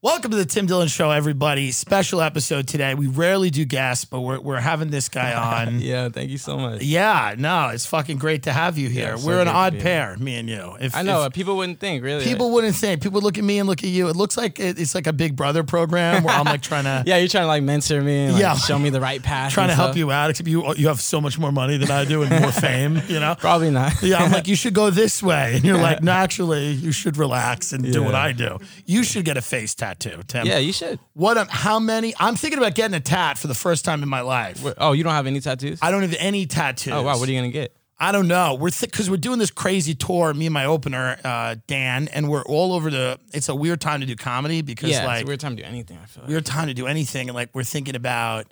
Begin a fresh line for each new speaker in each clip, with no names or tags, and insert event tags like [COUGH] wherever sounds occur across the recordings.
Welcome to the Tim Dillon Show, everybody. Special episode today. We rarely do guests, but we're, we're having this
[LAUGHS]
guy on.
Yeah, thank you so much.
yeah, no, it's fucking great to have you here.
Yeah, so
we're an
good to
odd
be
pair, me and you. If,
I know
if-
uh, people wouldn't think really.
People wouldn't say. People look at me and look at you. It looks like it, it's like a Big Brother program where I'm like trying to
[LAUGHS] yeah, you're trying to like mentor me. And, like,
Yeah.
show me the right path.
trying
and
to help
stuff.
you out. Except you you have so much more money than I do
[LAUGHS]
and more fame. You know.
Probably not.
[LAUGHS] Yeah, I'm like you should go this way, and
[LAUGHS]
you're like naturally you should relax and do what
Yeah.
I do. You should get a face tattoo, Tim.
yeah, you should.
What? am- How many? I'm thinking about getting a tat for the first time in my life.
Oh, you don't have any tattoos?
I don't have any tattoos.
oh wow, what are you gonna get?
I don't know. We're because we're doing this crazy tour. Me and my opener, uh, Dan, and we're all over the. It's a weird time to do comedy because
Yeah,
like
it's a weird time to do anything. I feel. Like.
weird time to do anything and like we're thinking about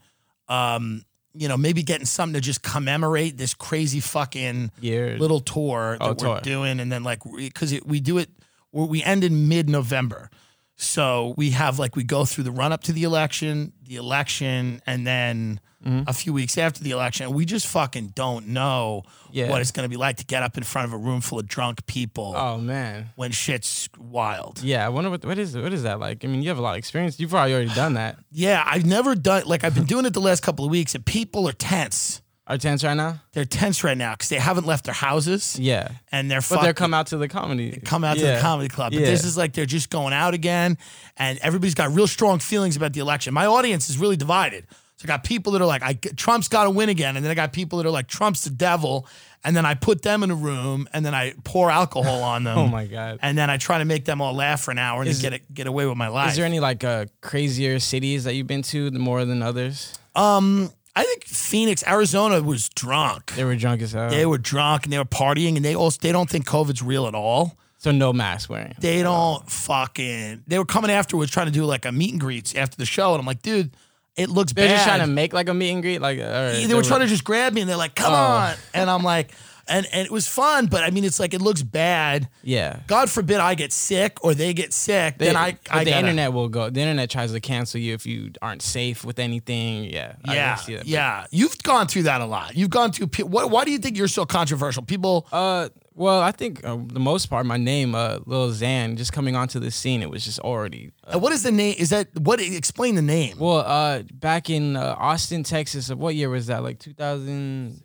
um you know maybe getting something to just commemorate this crazy fucking
Year.
little tour that
Oh,
we're
tour.
doing and then like because it, we do it we we end in mid-november so we have like we go through the run-up to the election the election and then
Mm-hmm.
a few weeks after the election and we just fucking don't know
Yeah.
what it's going to be like to get up in front of a room full of drunk people
Oh man.
when shit's wild
Yeah, I wonder what what is what is that like? I mean, you have a lot of experience. You've probably already done that.
Yeah, I've never done like I've been doing it the last couple of weeks, and people are tense.
Are tense right now?
They're tense right now because they haven't left their houses
Yeah,
and they're
but
fucking
they're come out to the comedy.
come out to
Yeah.
the comedy club. But
Yeah.
this is like they're just going out again, and everybody's got real strong feelings about the election. My audience is really divided. So I got people that are like, I, Trump's got to win again, and then I got people that are like, Trump's the devil, and then I put them in a room, and then I pour alcohol on them.
[LAUGHS] Oh my god.
And then I try to make them all laugh for an hour and then get a, get away with my life.
Is there any like uh, crazier cities that you've been to more than others?
I think Phoenix, Arizona was drunk.
They were drunk as hell.
They were drunk and they were partying and they also they don't think COVID's real at all.
so no mask wearing.
They don't fucking. They were coming afterwards trying to do like a meet and greets after the show, and I'm like, dude, it looks
They're
bad.
just trying to Oh. make like a meet and greet. Like uh, all right,
they were trying to just grab me and they're like, come on, and I'm like, and and it was fun, but I mean, it's like it looks bad.
Yeah.
God forbid I get sick or they get sick, then I
but
I
the
gotta-
internet will go. The internet tries to cancel you if you aren't safe with anything. Yeah, I
Yeah,
see that.
yeah. You've gone through that a lot. You've gone through. pe- What, why do you think you're so controversial? People.
Uh, well, I think uh, the most part, my name, uh, Lil Xan, just coming onto the scene, it was just already.
uh, what is the name? Is that what? Explain the name.
Well, uh, back in uh, Austin, Texas, of what year was that? Like 2000,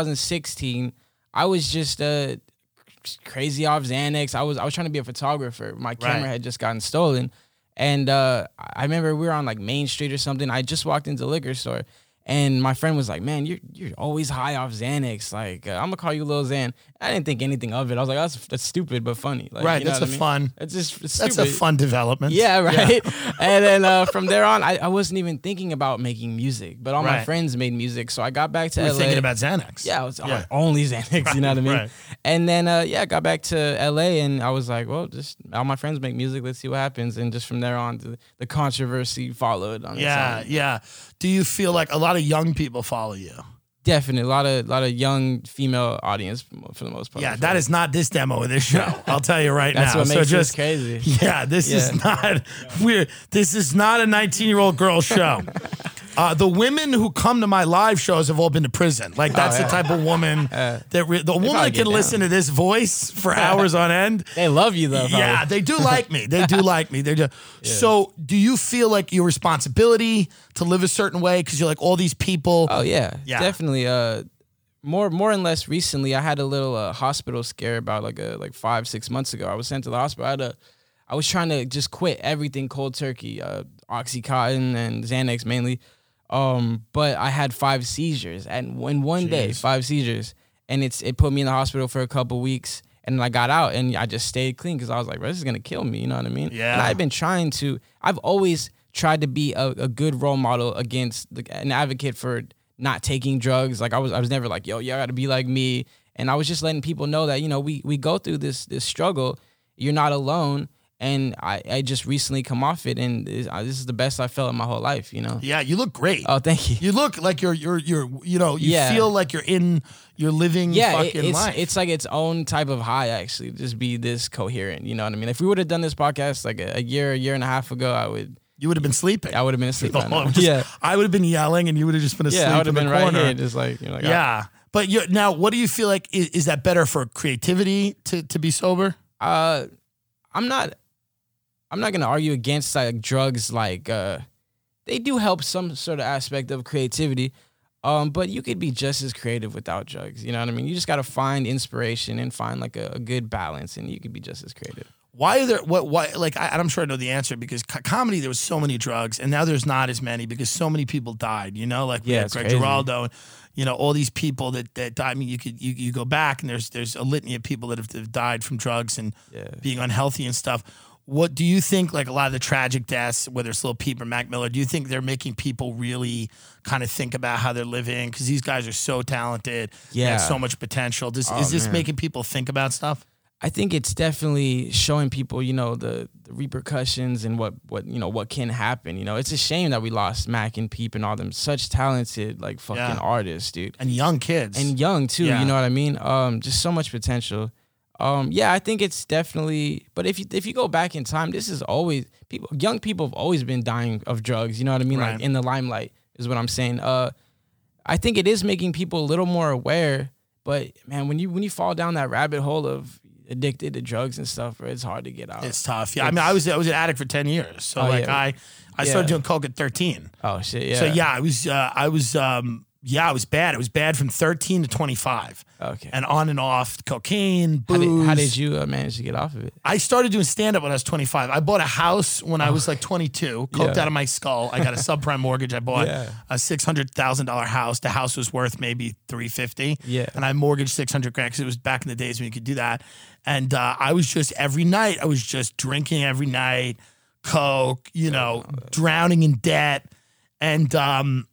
2016. I was just uh, crazy off Xanax. I was I was trying to be a photographer. My camera
Right.
had just gotten stolen, and uh, I remember we were on like Main Street or something. I just walked into the liquor store, and my friend was like, "Man, you're you're always high off Xanax. Like uh, I'm gonna call you Lil Xan." I didn't think anything of it. I was like, "That's that's stupid but funny." Like,
Right,
you know
that's
what
a
I mean?
fun-
That's just it's
That's a
stupid.
fun development.
Yeah, right. [LAUGHS] and then uh, from there on, I, I wasn't even thinking about making music, but all
Right.
my friends made music. So I got back to
we were
LA.
thinking about Xanax.
yeah, I was
Yeah.
only Xanax, you know what I mean?
right.
And then, uh, yeah, I got back to LA and I was like, well, just all my friends make music. Let's see what happens. And just from there on, the, the controversy followed on its
yeah,
own.
yeah. Do you feel like a lot of young people follow you?
Definitely. A lot of, lot of young female audience for the most part.
Yeah, that is not this demo
[LAUGHS]
of this show. I'll tell you right
That's
now.
what
so
makes
just
this crazy.
[LAUGHS] yeah, this is not weird. This is not a 19 year old girl
[LAUGHS]
show. Uh, the women who come to my live shows have all been to prison.
Oh,
Like that's the type of
[LAUGHS]
woman that re- the woman
Uh, probably
that
get
can listen to this voice
[LAUGHS]
for hours on end.
They love you, though. probably.
Yeah, they do like me. They do like me. They do. So, do you feel like your responsibility to live a certain way because you're like all these people?
Oh yeah,
Yeah.
definitely. Uh, more more and less recently, I had a little uh, hospital scare about like a like five six months ago. I was sent to the hospital. I had a, I was trying to just quit everything cold turkey, uh, OxyContin and Xanax mainly. Um, but I had five seizures, and in one day, five seizures, and it's it put me in the hospital for a couple weeks. And I got out, and I just stayed clean because I was like, "Bro, this is gonna kill me." You know what I mean? And
Yeah.
I've been trying to. I've always tried to be a, a good role model against the, an advocate for not taking drugs. Like I was, I was never like, "Yo, you gotta be like me." And I was just letting people know that you know we we go through this this struggle. You're not alone. and I, I just recently come off it, and this I- this is the best I felt in my whole life. You know.
Yeah, you look great.
Oh, thank you.
you look like you're you're you're you know you
Yeah.
feel like you're in you're living
yeah, it-
fucking
it's
life.
it's like its own type of high. Actually, just be this coherent. You know what I mean? If we would have done this podcast like a, a year, a year and a half ago, I would
you would have been sleeping.
I would have
[LAUGHS]
been asleep. by now.
Oh, I'm just-
[LAUGHS] yeah,
I would have been yelling, and you would have just been asleep.
yeah, I would have
in
been
the
right
corner.
here, just like you know, like,
Yeah. But you now, what do you feel like is, is that better for creativity to, to be sober?
uh i'm not i'm not gonna argue against like drugs like uh they do help some sort of aspect of creativity um but you could be just as creative without drugs you know what i mean you just gotta find inspiration and find like a, a good balance and you could be just as creative
Why are there what why like I, I'm sure I know the answer because co- comedy there was so many drugs and now there's not as many because so many people died. You know, like we
Yeah,
had
it's
Greg
crazy.
Giraldo and you know all these people that that died. I mean, you could you, you go back and there's there's a litany of people that have, have died from drugs and
yeah
being unhealthy and stuff. What do you think? Like a lot of the tragic deaths, whether it's Lil Peep or Mac Miller, do you think they're making people really kind of think about how they're living? Because these guys are so talented, they have
Yeah.
so much potential. Does,
Oh,
is this
man.
making people think about stuff?
I think it's definitely showing people, you know, the, the repercussions and what what you know what can happen. You know, it's a shame that we lost Mac and Peep and all them such talented like fucking
Yeah.
artists, dude.
And young kids,
and young too.
Yeah.
You know what I mean? Um, just so much potential. Um, yeah, I think it's definitely. But if you if you go back in time, this is always people. Young people have always been dying of drugs. You know what I mean?
Right.
Like in the limelight is what I'm saying. Uh, I think it is making people a little more aware. But man, when you when you fall down that rabbit hole of addicted to drugs and stuff, bro, it's hard to get out.
it's tough. Yeah, I mean, I was I was an addict for ten years, so
Oh,
like
yeah.
I I started
Yeah.
doing coke at thirteen.
oh shit! Yeah.
So yeah, I was uh, I was um, yeah, I was bad. It was bad from thirteen to twenty five,
Okay.
and on and off cocaine,
how,
booze.
did, how did you uh, manage to get off of it?
I started doing stand up when I was 25. I bought a house when I was like 22, coped
Yeah.
out of my skull. I got a subprime mortgage. I bought
Yeah.
a $600,000 house. The house was worth maybe 350.
Yeah.
And I mortgaged 600 grand cuz it was back in the days when you could do that. And uh, I was just every night I was just drinking every night, coke, you know, drowning in debt and um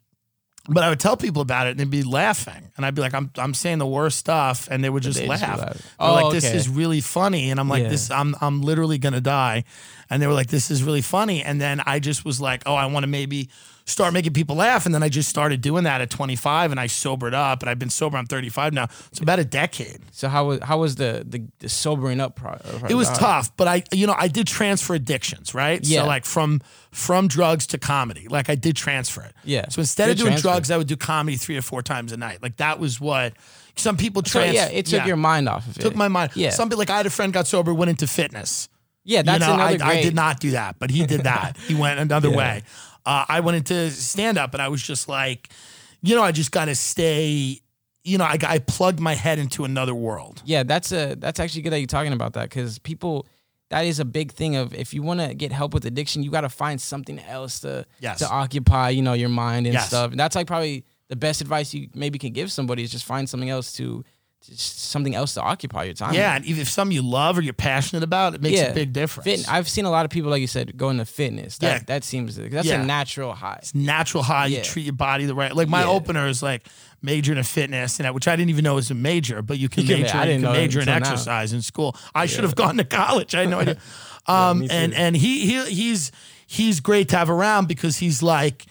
but I would tell people about it and they'd be laughing. And I'd be like, I'm, I'm saying the worst stuff. And they would just
they
laugh.
just
They're
laugh.
like,
Oh,
this
okay.
is really funny. And I'm like,
Yeah.
this, I'm, I'm literally going to die. And they were like, this is really funny. And then I just was like, oh, I want to maybe start making people laugh. And then I just started doing that at 25 and I sobered up and I've been sober. I'm 35 now. It's about a decade.
So how was how was the the, the sobering up pro- uh, process?
It was tough, but I, you know, I did transfer addictions, right?
Yeah.
So like from from drugs to comedy, like I did transfer it.
Yeah.
So instead of
Good
doing
transfer.
drugs, I would do comedy three or four times a night. Like that was what some people
So
transfer.
yeah, it took your mind off of it.
took my mind.
Yeah.
Something like I had a friend got sober, went into fitness.
Yeah, that's
you know,
another
I,
great.
I did not do that, but
[LAUGHS]
he did that. he went another
Yeah.
way. Uh, I went into stand up, and I was just like, you know, I just got to stay. You know, I, I plugged my head into another world.
Yeah, that's a that's actually good that you're talking about that because people that is a big thing of if you want to get help with addiction, you got to find something else to
Yes.
to occupy you know your mind and
Yes.
stuff. And that's like probably the best advice you maybe can give somebody is just find something else to just something else to occupy your time. with.
Yeah, and even if something you love or you're passionate about, it makes a
Yeah.
big difference.
Fit, I've seen a lot of people, like you said, going to fitness. That,
Yeah.
that seems that's
Yeah.
a natural high.
It's natural high. You
Yeah.
treat your body the right. Like my
Yeah.
opener is like majoring in fitness and that, which I didn't even know was a major, but
[LAUGHS]
you can
You can-
major.
I
you
didn't
can
know
major in
until now.
exercise in school. I should have gone to college. I had no
[LAUGHS]
idea. Um,
me
and
too.
and he, he he's he's great to have around because he's like.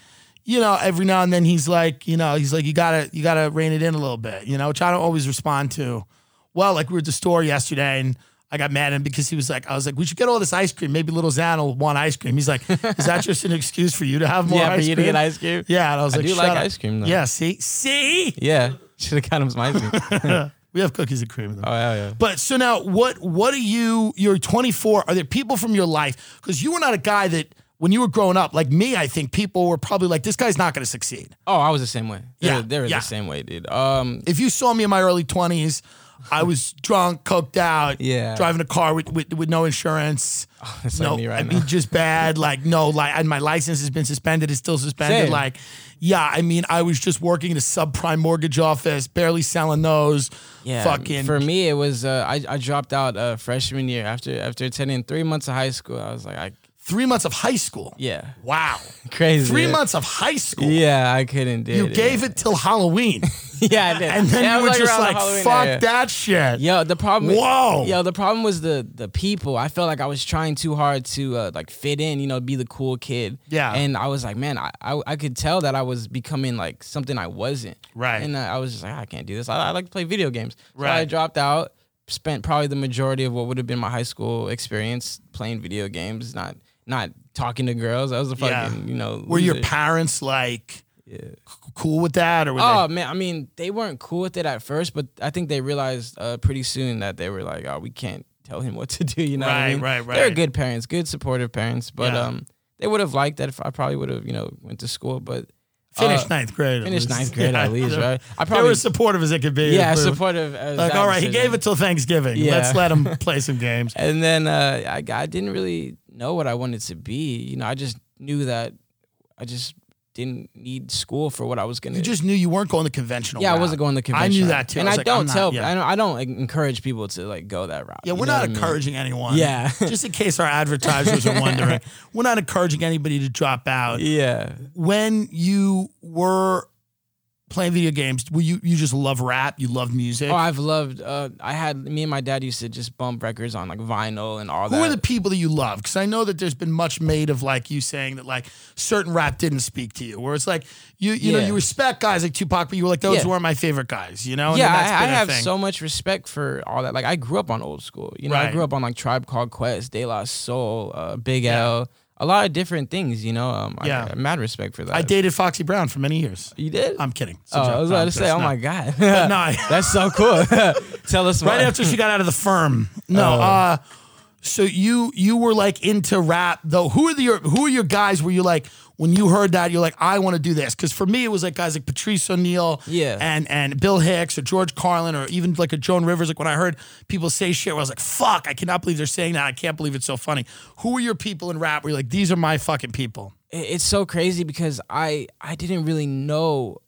You know, every now and then he's like, you know, he's like, you gotta, you gotta rein it in a little bit, you know, which I don't always respond to. Well, like we were at the store yesterday and I got mad at him because he was like, I was like, we should get all this ice cream. Maybe little Xan will want ice cream. He's like, is that just an [LAUGHS] excuse for you to have more
Yeah,
ice
for you to
cream?
get ice cream.
Yeah, and I was
I
like,
do
Shut
like
up.
ice cream though.
Yeah, see, see,
yeah. [LAUGHS] Should have got him some ice cream. oh
we have cookies and cream in them.
yeah, Oh, yeah.
But so now, what? What are you? You're 24. Are there people from your life? Because you were not a guy that when you were growing up, like me, I think people were probably like, this guy's not going to succeed.
Oh, I was the same way. They're,
Yeah,
they're
yeah.
the same way, dude. Um,
If you saw me in my early 20s, I was drunk, coked out,
[LAUGHS] Yeah. Oh,
driving a car with with, with no insurance.
it's like
no,
me
I
right now.
mean just bad. Like no, like and my license has been suspended. It's still suspended.
Same.
Like, yeah, I mean, I was just working in a subprime mortgage office, barely selling those. fucking.
For me, it was uh, I, I dropped out uh, freshman year after after attending three months of high school. I was like, I
three months of high school.
yeah,
Wow.
[LAUGHS] crazy.
Three months of high school.
Yeah, I couldn't do
You
it. [LAUGHS]
gave it till Halloween.
yeah, I did.
And then
yeah,
you
it
were
was,
just
around
like,
Halloween,
fuck
yeah.
that shit.
Yo, the problem.
Whoa.
Yo, the problem was the the people. I felt like I was trying too hard to uh, like fit in. You know, be the cool kid.
Yeah.
And I was like, man, I, I I could tell that I was becoming like something I wasn't.
Right.
And uh, I was just like, I can't do this. I, I like to play video games. So I
Right.
dropped out. Spent probably the majority of what would have been my high school experience playing video games, not not talking to girls. I was a
Yeah.
fucking you know.
Were your
loser.
parents like c- cool with that, or were
Oh man, I mean, they weren't cool with it at first, but I think they realized uh, pretty soon that they were like, "Oh, we can't tell him [LAUGHS] what to do." You know, what I
Right,
mean?
right,
They're
right.
good parents, good supportive parents, but
Yeah.
um, they would have liked that if I probably would have, you know, went to school, but
they finished
uh,
ninth grade? at
finished
least.
ninth
[LAUGHS]
grade at least, right? I
they
probably
were as supportive as it could be.
yeah,
They were
supportive. As
Like,
that
all right, he
decision.
gave it till Thanksgiving.
Yeah.
Let's let
[LAUGHS]
him play some games.
And then uh, I, I didn't really know what I wanted to be. You know, I just knew that I just didn't need school for what I was gonna.
You just knew you weren't going the conventional.
Yeah, I
route.
wasn't going the
I
convention.
knew
route.
that too.
And
I
I,
was like, I'm
don't
not-
tell.
yeah.
I don't. I don't like, encourage people to like go that route.
Yeah,
you
we're
know
not
what I mean?
encouraging anyone.
Yeah.
[LAUGHS] Just in case our advertisers are
[LAUGHS]
wondering, we're not encouraging anybody to drop out.
Yeah.
When you were playing video games, were you you just love rap? You love music?
Oh, I've loved. Uh, I had me and my dad used to just bump records on like vinyl and all
Who
that.
are the people that you love? Because I know that there's been much made of like you saying that like certain rap didn't speak to you, where it's like you you know
Yeah.
you respect guys like Tupac, but you were like those
Yeah.
weren't my favorite guys, you know? And
yeah,
then that's
I, I
been a
have
thing.
so much respect for all that. Like, I grew up on old school. You know,
Right.
I grew up on like Tribe Called Quest, De La Soul, uh, Big L, a lot of different things. You know, um, I-
Yeah.
I, mad respect for that.
I dated Foxy Brown for many years.
You did?
I'm kidding. It's a
oh,
joke.
I was
No,
about
I'm
to say,
just-
oh
no.
my god,
no, I-
[LAUGHS] that's so cool. Tell
[LAUGHS]
us
right
more.
after she got out of the firm. No,
Oh.
uh, so you you were like into rap though. Who are the your who are your guys? Were you like when you heard that you're like I want to do this? Because for me it was like guys like Patrice O'Neal,
Yeah.
and and Bill Hicks or George Carlin or even like a Joan Rivers. Like when I heard people say shit, where I was like, fuck, I cannot believe they're saying that. I can't believe it's so funny. Who are your people in rap? Where you're like these are my fucking people.
it- it's so crazy because I I didn't really know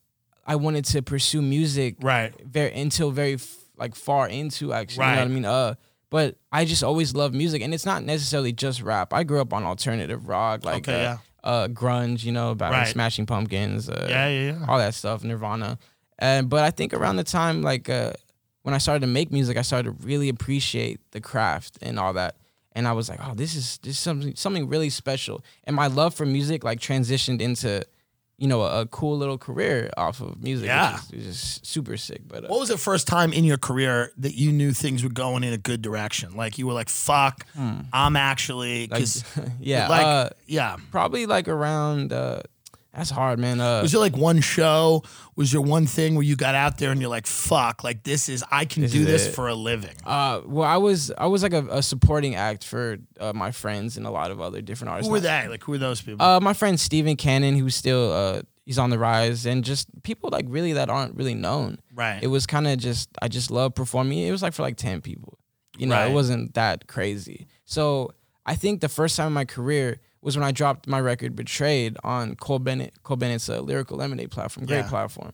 I wanted to pursue music
Right.
very until very f- like far into actually you know
Right.
what I mean uh but I just always loved music and it's not necessarily just rap I grew up on alternative rock like
Okay,
uh, uh, grunge you know about
Right.
Smashing Pumpkins uh,
Yeah, yeah, yeah.
all that stuff Nirvana and but I think around the time like uh when I started to make music I started to really appreciate the craft and all that and I was like, oh, this is this is something something really special. And my love for music like transitioned into, you know, a, a cool little career off of music.
Yeah.
which is, which is super sick. But uh,
What was the first time in your career that you knew things were going in a good direction? Like you were like, "Fuck, I'm actually."
Hmm. like,
'cause-
[LAUGHS] yeah,
like
uh,
yeah.
probably like around. Uh, that's hard, man. Uh,
Was there like one show? Was there one thing where you got out there and you're like, "Fuck, like this is I can do
is
this
it."
for a living."
uh, well, I was I was like a, a supporting act for uh, my friends and a lot of other different artists.
Who were they? Like who were those people?
Uh, my friend Steven Cannon, who's still uh, he's on the rise, and just people like really that aren't really known.
right.
it was kind of just I just love performing. It was like for like ten people, you know.
Right.
It wasn't that crazy. So I think the first time in my career was when I dropped my record "Betrayed" on Cole Bennett. Cole Bennett's uh, lyrical lemonade platform, great
Yeah.
platform.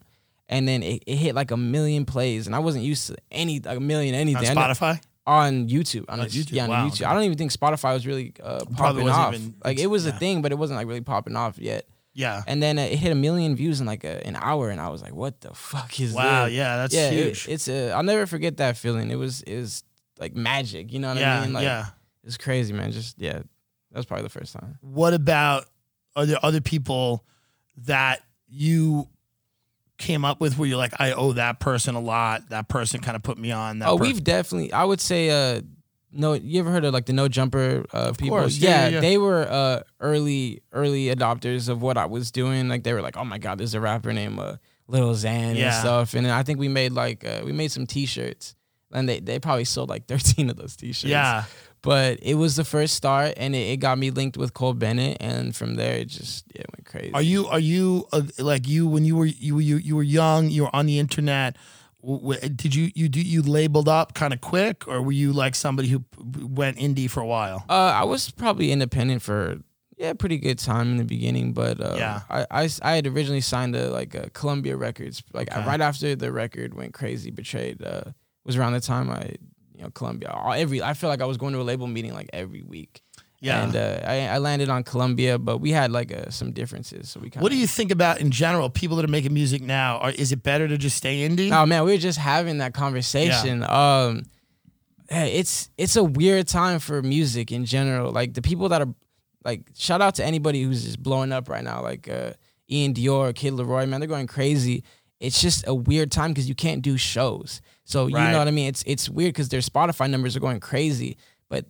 And then it, it hit like a million plays, and I wasn't used to any like a million
on
anything I know-
Spotify.
on YouTube. On, this-
YouTube,
Yeah, on
wow,
YouTube. I don't even think Spotify was really uh,
Probably
popping
wasn't
off.
even-
like it was
yeah.
a thing, but it wasn't like really popping off yet.
Yeah.
And then uh, it hit a million views in like a, an hour, and I was like, "What the fuck is
Wow.
this?"
Yeah, that's
yeah, it-
huge.
it's a. I'll never forget that feeling. It was is like magic. You know what
yeah.
I mean? Like,
yeah.
It's crazy, man. Just yeah, that was probably the first time.
What about are there other people that you came up with where you're like, "I owe that person a lot. That person kind of put me on." That
oh,
per-
we've definitely. I would say. uh no, you ever heard of like the no jumper uh, people?
course, yeah, yeah, yeah.
they were uh, early early adopters of what I was doing. Like they were like, oh my god, there's a rapper named uh, Lil Xan and
Yeah.
stuff. And then I think we made like uh, we made some T-shirts, and they they probably sold like [LAUGHS] 13 of those T-shirts.
Yeah.
but it was the first start and it, it got me linked with Cole Bennett and from there it just yeah, it went crazy.
Are you are you uh, like you when you were you you you were young you were on the internet? W- w- Did you you do you labeled up kind of quick, or were you like somebody who p- went indie for a while?
uh, I was probably independent for yeah, a pretty good time in the beginning, but uh,
Yeah.
I, I s- I had originally signed to like uh, Columbia Records like
Okay.
right after the record went crazy betrayed uh, was around the time I you know Columbia all, every I feel like I was going to a label meeting like every week.
Yeah.
And uh, I, I landed on Columbia, but we had like uh, some differences. So we kind
What do you think about in general people that are making music now? Are, is it better to just stay indie?
Oh man, we were just having that conversation. Um, hey, it's it's a weird time for music in general. Like the people that are like shout out to anybody who's just blowing up right now, like uh, Ian Dior, Kid Leroy, man, they're going crazy. It's just a weird time because you can't do shows. So you
Right.
know what I mean? It's it's weird because their Spotify numbers are going crazy, but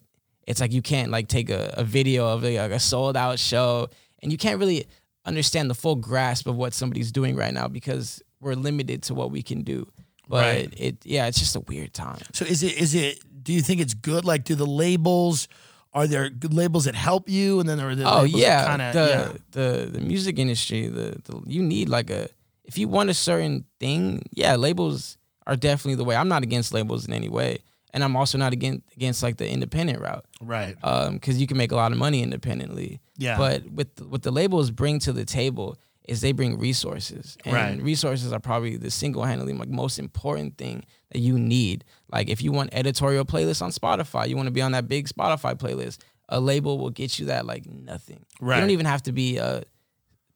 it's like you can't like take a, a video of a, like a sold out show and you can't really understand the full grasp of what somebody's doing right now because we're limited to what we can do but
Right.
it yeah it's just a weird time
So is it is it? Do you think it's good? Like, do the labels are there good labels that help you, and then there are the
oh
labels
yeah,
kind of yeah.
the, the the music industry the, the you need like a if you want a certain thing yeah labels are definitely the way i'm not against labels in any way and i'm also not against against like the independent route
right
um because you can make a lot of money independently
Yeah.
but with what the labels bring to the table is they bring resources and
Right.
resources are probably the single-handedly like, most important thing that you need like if you want editorial playlists on spotify you want to be on that big spotify playlist a label will get you that like nothing you
Right.
don't even have to be a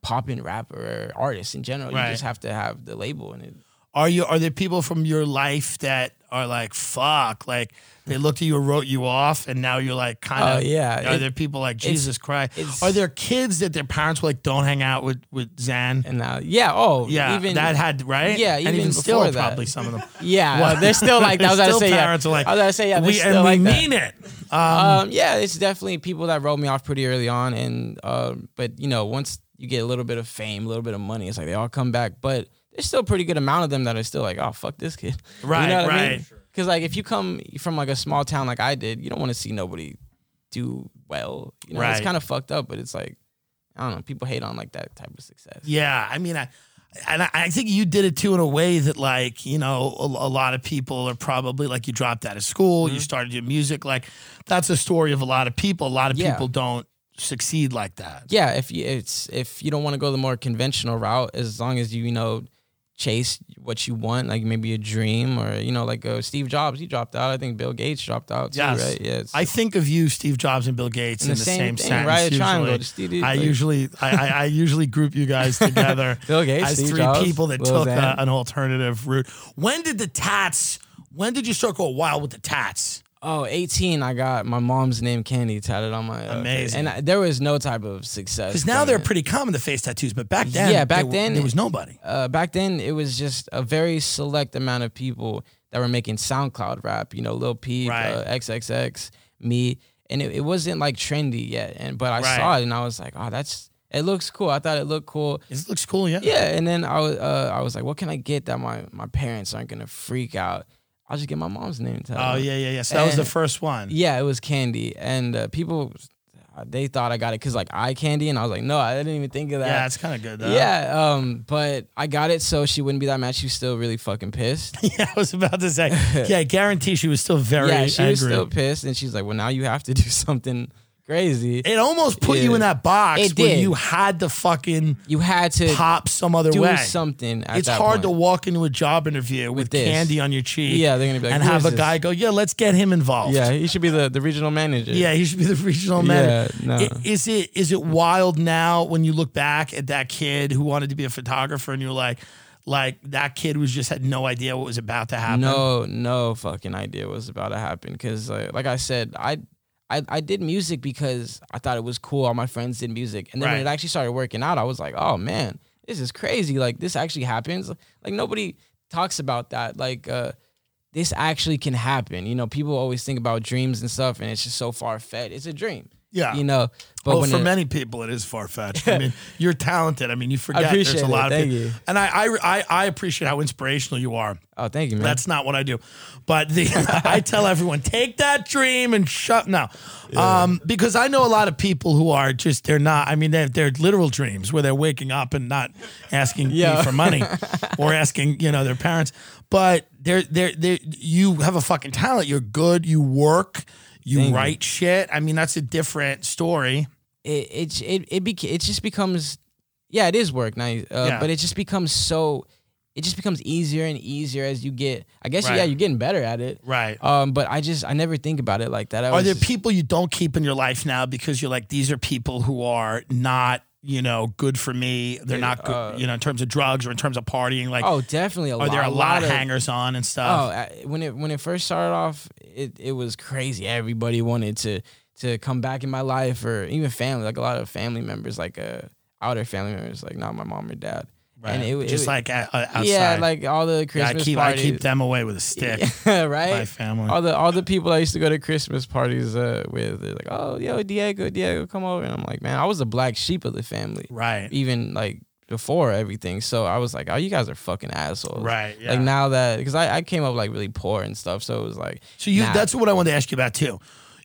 poppin' rapper or artist in general
Right.
you just have to have the label and it
Are you are there people from your life that are like fuck like they looked at you and wrote you off, and now you're like kind of
Oh, yeah.
Are
It-
there people like Jesus Christ?
it's-
Are there kids that their parents were like don't hang out with with Zan?
and now yeah oh
Yeah,
even
that had right.
yeah,
and
even
even still
before that.
probably some of them.
[LAUGHS] yeah
What?
they're still like that was
There's
gonna
still
say yeah
parents are like,
i was gonna say yeah they're
we
still
and
like
we
that.
mean it. Um,
um, yeah, it's definitely people that wrote me off pretty early on, and um, but you know, once you get a little bit of fame, a little bit of money, it's like they all come back. But there's still a pretty good amount of them that are still like, oh fuck this kid, [LAUGHS]
Right,
you know what I
right.
mean? Because like if you come from like a small town like I did, you don't want to see nobody do well. You know,
Right.
it's kind of fucked up, but it's like I don't know, people hate on like that type of success.
Yeah, I mean, I and I, I think you did it too in a way that like you know a, a lot of people are probably like you dropped out of school,
Mm-hmm.
you started your music. Like that's a story of a lot of people. A lot of
Yeah.
people don't succeed like that.
yeah if you it's if you don't want to go the more conventional route as long as you you know chase what you want like maybe a dream or you know like uh, steve jobs he dropped out i think bill gates dropped out too
Yes.
right yeah it's
I think of you, Steve Jobs, and Bill Gates in,
And
the
the
same,
same thing,
sentence.
right? A
usually.
triangle, just do- do-
I
like-
usually, I, I, I usually group you
[LAUGHS]
guys together
Bill Gates,
as
Steve
three
Jobs,
people that
Lil
took
Xan.
uh, an alternative route. When did the tats? When did you start going wild with the tats?
oh 18 i got my mom's name candy tatted on my uh,
Amazing.
and I, there was no type of success
Because now
from
they're
it.
pretty common, the face tattoos. But back then,
Yeah, back
there-
then-
there was nobody.
uh, back then it was just a very select amount of people that were making SoundCloud rap. You know, Lil Peep,
Right.
uh, XXX, me, and it, it wasn't like trendy yet. And but I
Right.
saw it and I was like, oh, that's it looks cool. I thought it looked cool.
This looks cool, yeah.
Yeah, and then I was uh, I was like, what can I get that my my parents aren't gonna freak out? I'll just get my mom's name. tatted
Oh
on it.
yeah, yeah, yeah. So that was the
And-
first one.
Yeah, it was candy, and uh, people they thought I got it because like eye candy, and I was like, no, I didn't even think of that.
Yeah, it's kind of good. Though.
Yeah, um, but I got it so she wouldn't be that mad. She was still really fucking pissed.
[LAUGHS] yeah. I was about to
[LAUGHS]
say. Yeah, I guarantee she was still very
yeah, she
angry.
was still pissed, and she's like, "Well, now you have to [LAUGHS] do something crazy.
it almost put you
Yeah.
in that box
It
where
did.
you had to fucking
You had to
pop some other
do
way.
something." At
it's
that
hard to
point.
walk into a job interview with,
this.
candy on your cheek.
Yeah, they're gonna be like,
and
"Who
have
is
a
this?"
guy go, yeah, let's get him involved.
Yeah, he should be the, the regional manager.
Yeah, he should be the regional manager.
Yeah, no.
I- Is it is it wild now when you look back at that kid who wanted to be a photographer and you're like, like that kid was just had no idea what was about to happen.
No, no fucking idea what's about to happen. Because like, like I said, I, I I did music because I thought it was cool. All my friends did music, and then
Right.
when it actually started working out, I was like, oh man, this is crazy. Like this actually happens. Like nobody talks about that. Like uh, this actually can happen. You know, people always think about dreams and stuff, and it's just so far fetched. It's a dream.
Yeah.
You know, but
well,
when
for
it-
many people, it is far fetched.
[LAUGHS]
I mean, you're talented. I mean, you forget there's
appreciate
a
it.
lot of
Thank
people,
you.
and I, I I I appreciate how inspirational you are.
oh, thank you, man.
That's not what I do. But the [LAUGHS] I tell everyone, take that dream and shut no. Um, because I know a lot of people who are just they're not I mean they have their literal dreams where they're waking up and not asking me
Yeah.
for money or asking, you know, their parents. But they're they're they you have a fucking talent. You're good, you work, you
Thank you.
write shit. I mean, that's a different story.
it it it it, beca- it just becomes yeah it is work now uh,
Yeah.
but it just becomes so it just becomes easier and easier as you get. I guess
Right.
yeah, you're getting better at it.
Right.
Um, but I just I never think about it like that. I
Are
was
there
just-
people you don't keep in your life now because you're like these are people who are not you know good for me? They're not good,
uh,
you know, in terms of drugs or in terms of partying. Like,
Oh, definitely a
are
lot.
there a lot, of
of
hangers on and
Oh,
stuff?
I, when it when it first started off, it, it was crazy. Everybody wanted to to come back in my life, or even family. Like a lot of family members, like uh, outer family members, like not my mom or dad.
right.
Oh, And it,
just
it-
like a- a- outside.
yeah, like all the
Yeah, I
Christmas
keep
parties.
I keep them away with a stick.
Yeah, [LAUGHS] right.
My family.
all the all the people I used to go to Christmas parties uh, with, they're like, "Oh, yo, Diego, Diego, come over," and I'm like, "Man, I was the black sheep of the family,
right.
even like before everything." So I was like, "Oh, you guys are fucking assholes."
Right. Yeah.
Like now that because I, I came up like really poor and stuff, so it was like
So you
Nah.
that's what I wanted to ask you about too.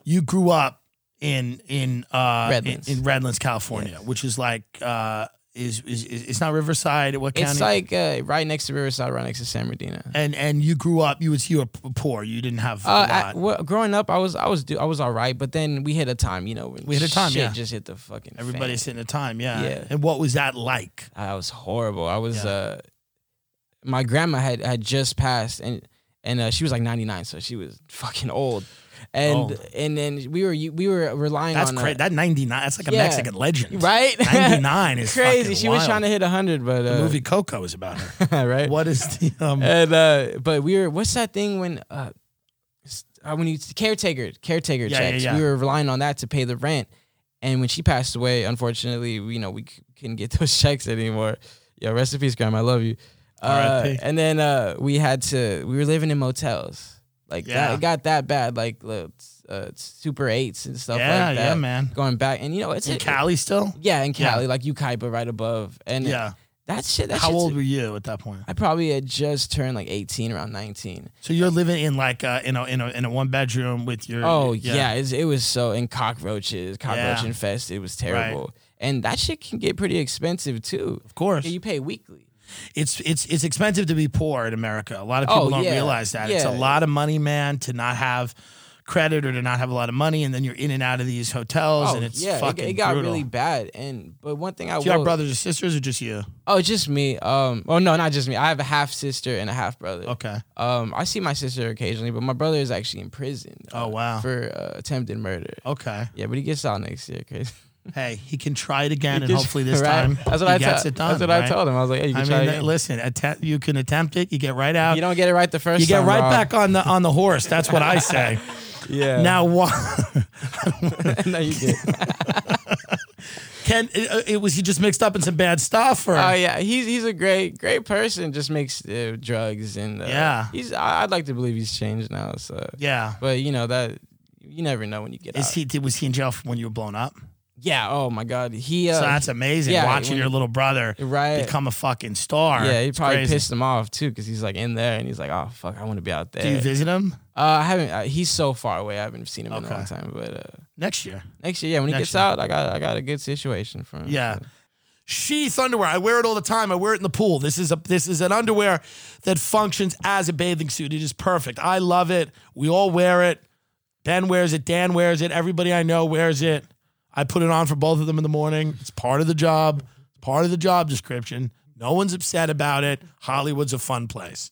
You grew up in in uh
Redlands.
In, in Redlands, California, which is like uh is, is is it's not Riverside. What county?
it's like uh, right next to Riverside, right next to San Bernardino.
and and you grew up. You was you were p- poor. You didn't have a
Uh,
lot.
I, well, growing up, I was I was do- I was all right, but then we hit a time, you know, when
We hit a time,
shit
yeah.
just hit the fucking. fan.
Everybody's hitting a time. Yeah.
Yeah.
And what was that like?
I was horrible. I was
Yeah.
uh my grandma had had just passed and and uh, she was like 99 so she was fucking old. And
Old.
and then we were we were relying
That's
on uh,
crazy. That ninety nine. That's like a
Yeah.
Mexican legend.
[LAUGHS] right?
Ninety nine is
Crazy. She was trying
to.
to hit 100 but uh
the movie Coco is about her.
[LAUGHS] right?
what is the um?
And uh but we were what's that thing when uh s- uh, when you caretaker caretaker
Yeah, yeah,
checks
yeah.
we were relying on that to pay the rent and when she passed away unfortunately we- you know we c- couldn't get [LAUGHS] those checks anymore yo rest in peace grandma i love you uh,
R.I.P..
and then uh we had to we were living in motels like that,
Yeah.
it got that bad like look, uh, super eights and stuff
Yeah,
like that
yeah, man.
going back and you know it's
In
it-
Cali still?
yeah in
Yeah.
Cali like Ukaipa right above and
Yeah.
that shit that
How
shit's-
old were you at that point?
I probably had just turned like 18 around 19
So you're living in like uh, in a in a in a one bedroom with your
Oh yeah, it's, it was so and cockroaches, cockroach
Yeah.
infest. It was terrible, and that shit can get pretty expensive too.
of course.
You pay weekly.
It's it's it's expensive to be poor in America. A lot of people
Oh,
don't
yeah.
realize that it's a
Yeah.
lot of money, man, to not have credit or to not have a lot of money, and then you're in and out of these hotels,
Oh
and it's
yeah, it,
fucking
it got
brutal.
really bad. And but one thing I
Do you have
will,
brothers or sisters or just you?
oh just me. Um, oh no, not just me. I have a half sister and a half brother.
Okay.
Um, I see my sister occasionally, but my brother is actually in prison.
Oh, wow.
for uh, attempted murder.
Okay.
Yeah, but he gets out next year. Crazy.
Hey, he can try it
[LAUGHS]
again,
He
and
gets-
hopefully this
right?
time
That's what
he
I
gets
tell-
it done.
That's what I
right?
told him. I was like, hey, you
I
can
mean,
try
that-
again.
listen, attempt, you can attempt it. You get right out.
Uh, you don't get it right the first.
you get
time,
right
bro.
back on the on the horse. That's what
[LAUGHS]
I say.
Yeah.
Now, why?
[LAUGHS]
[LAUGHS]
no, you did.
Can it, it was he just mixed up in some bad stuff or
[LAUGHS] Oh yeah, he's he's a great great person. Just makes uh, drugs and uh,
Yeah.
He's I, I'd like to believe he's changed now. So,
yeah?
but you know that you never know when you get
Is
out.
he did, was he in jail from when you were blown up?
yeah. Oh my God. He. Uh,
so that's amazing.
yeah,
watching
when-
your little brother
right.
become a fucking star.
yeah, he
It's
probably
crazy.
pissed him off too because he's like in there and he's like, oh fuck, I want to be out there.
Do you visit him
uh, I haven't. Uh, he's so far away. I haven't seen him in
Okay.
a long time. But uh,
next year?
next year, yeah, when he
Next
gets
year.
out, I got I got a good situation for him.
Yeah.
so.
Sheath underwear. I wear it all the time. I wear it in the pool. This is a this is an underwear that functions as a bathing suit. It is perfect. I love it. We all wear it. Ben wears it. Dan wears it. Everybody I know wears it. I put it on for both of them in the morning. It's part of the job. It's part of the job description. No one's upset about it. Hollywood's a fun place.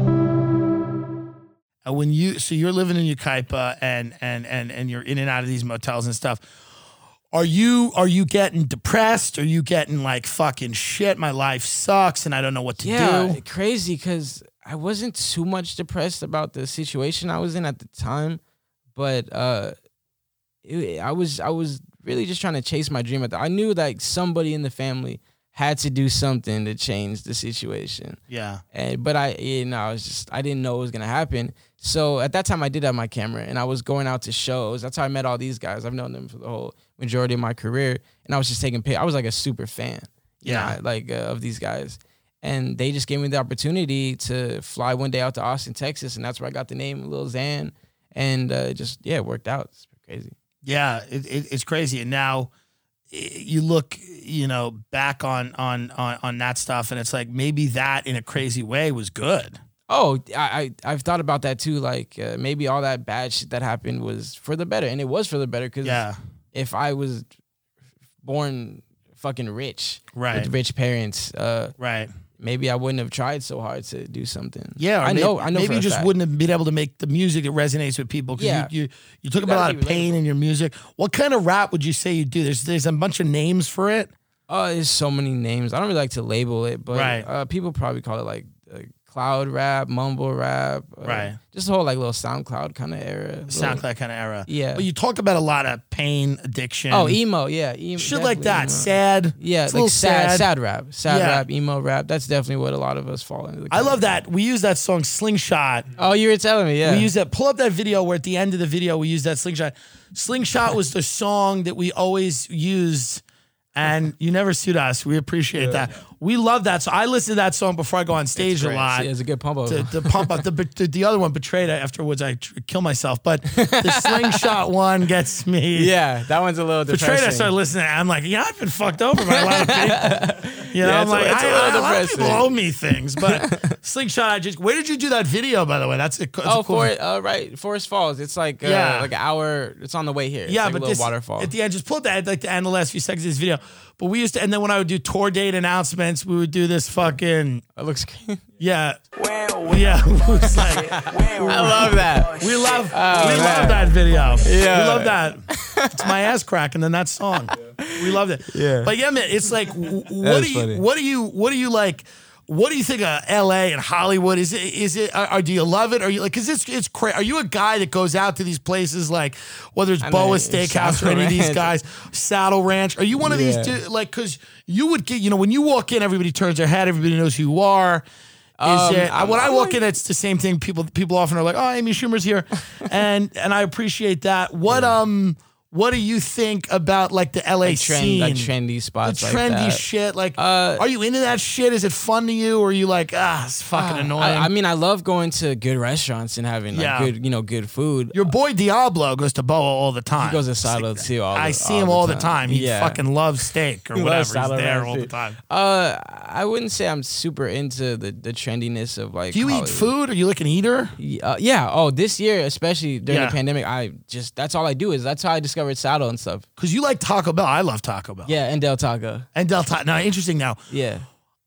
And Uh, when you so you're living in Ukaipa and and and and you're in and out of these motels and stuff. Are you are you getting depressed? Are you getting like fucking shit? My life sucks and I don't know what to
yeah,
do.
crazy because I wasn't too much depressed about the situation I was in at the time, but uh, it, I was I was really just trying to chase my dream. At the, I knew like somebody in the family had to do something to change the situation,
Yeah.
and but I you know I was just I didn't know it was gonna happen. So at that time I did have my camera and I was going out to shows. That's how I met all these guys. I've known them for the whole majority of my career, and I was just taking pic. I was like a super fan.
Yeah.
yeah, like uh, of these guys. And they just gave me the opportunity to fly one day out to Austin, Texas, and that's where I got the name Lil Xan. And uh, just yeah, it worked out. It's crazy.
Yeah, it, it, it's crazy. And now i- you look, you know, back on, on on on that stuff, and it's like maybe that in a crazy way was good.
Oh, I, I I've thought about that too. Like uh, maybe all that bad shit that happened was for the better, and it was for the better because
Yeah,
if I was born fucking rich
Right.
with rich parents, uh,
right.
maybe I wouldn't have tried so hard to do something.
Yeah, or
I
may-
know. I know.
Maybe
for
you
a
just
fact.
wouldn't have been able to make the music that resonates with people. 'cause
Yeah.
you, you you took up a
gotta
lot
be
of pain in your music. What kind of rap would you say you do? There's there's a bunch of names for it.
Oh, there's so many names. I don't really like to label it, but
Right.
uh, people probably call it like uh, cloud rap, mumble rap, uh,
Right.
Just the whole like little SoundCloud kind of era. Little-
SoundCloud kind of era.
Yeah.
But you talk about a lot of pain, addiction.
Oh, emo. Yeah, emo,
shit like
definitely
that.
emo.
Sad.
Yeah,
It's a
like
little
sad, sad, rap, sad
Yeah.
rap, emo rap. That's definitely what a lot of us fall into. the
I love that.
category.
We use that song Slingshot.
Oh, you were telling me, yeah.
We use that. Pull up that video where at the end of the video we use that slingshot. Slingshot was the song that we always used, and you never sued us. We appreciate that. We love that. So I listen to that song before I go on stage a
Great.
lot.
Yeah, it's a good pump up.
to,
[LAUGHS]
to pump up the, the the other one betrayed afterwards I tr- kill myself but the
[LAUGHS]
slingshot one gets [LAUGHS] me
yeah, that one's a little depressing.
betrayed I started listening I'm like yeah I've been fucked over by a
[LAUGHS]
lot of people you know
Yeah,
I'm
it's a-
like
it's a
I- I-
little
a lot of people
depressing.
owe me things but
[LAUGHS]
slingshot I just where did you do that video by the way that's a, co- that's
Oh,
a cool
for it, uh, right, Forest Falls. It's like uh,
Yeah.
like an hour. It's on the way here. It's
Yeah,
like a
but
little
this
waterfall.
at the end just pulled that like the end the last few seconds of this video. But we used to, and then when I would do tour date announcements, we would do this fucking
it looks. [LAUGHS]
yeah, yeah. [LAUGHS] It was like
I
[LAUGHS]
love [LAUGHS] that.
we love
Oh,
we
man.
love that video.
Yeah.
we love
[LAUGHS]
that. It's my ass crack, and then that song. We loved it.
Yeah.
but yeah, man, it's
[LAUGHS]
like w- what
That's
do you
funny.
what do you what do you like? What do you think of L.A. and Hollywood? Is it is it? Are, are- do you love it? Are you like? Cause it's it's crazy. Are you a guy that goes out to these places like whether it's
I know,
Boa
it's
Steakhouse or
Saddle
any of these
Ranch.
guys, Saddle Ranch? Are you one of these
Yeah.
dudes like? Cause you would get you know when you walk in, everybody turns their head, everybody knows who you are. Is
Um,
it,
I'm-
when I
I'm
walk
like-
in, and it's the same thing. People people often are like, "Oh, Amy Schumer's
[LAUGHS]
here," and and I appreciate that. What um, what do you think about like the LA
Trend,
scene,
like trendy
the
spots.
trendy
like that.
shit? Like,
Uh,
are you into that shit? Is it fun to you, or are you like, ah, it's fucking annoying?
I, I mean, I love going to good restaurants and having like
Yeah.
good, you know, good food.
Your boy Diablo goes to Boa all the time.
He goes to Silo too. All
I
the-
see him all the time. He
Yeah.
fucking loves steak or
He
whatever.
loves
He's
Silo
there
Ranch
all the
too.
time.
Uh, I wouldn't say I'm super into the the trendiness of like.
Do you eat
Hollywood.
food? Are you like an eater?
Uh, yeah. Oh, this year, especially during
Yeah.
the pandemic, I just that's all I do is that's how I discovered saddle and stuff.
Because you like Taco Bell. I love Taco Bell.
Yeah, and Del Taco.
And Del Taco. Now, interesting now.
Yeah.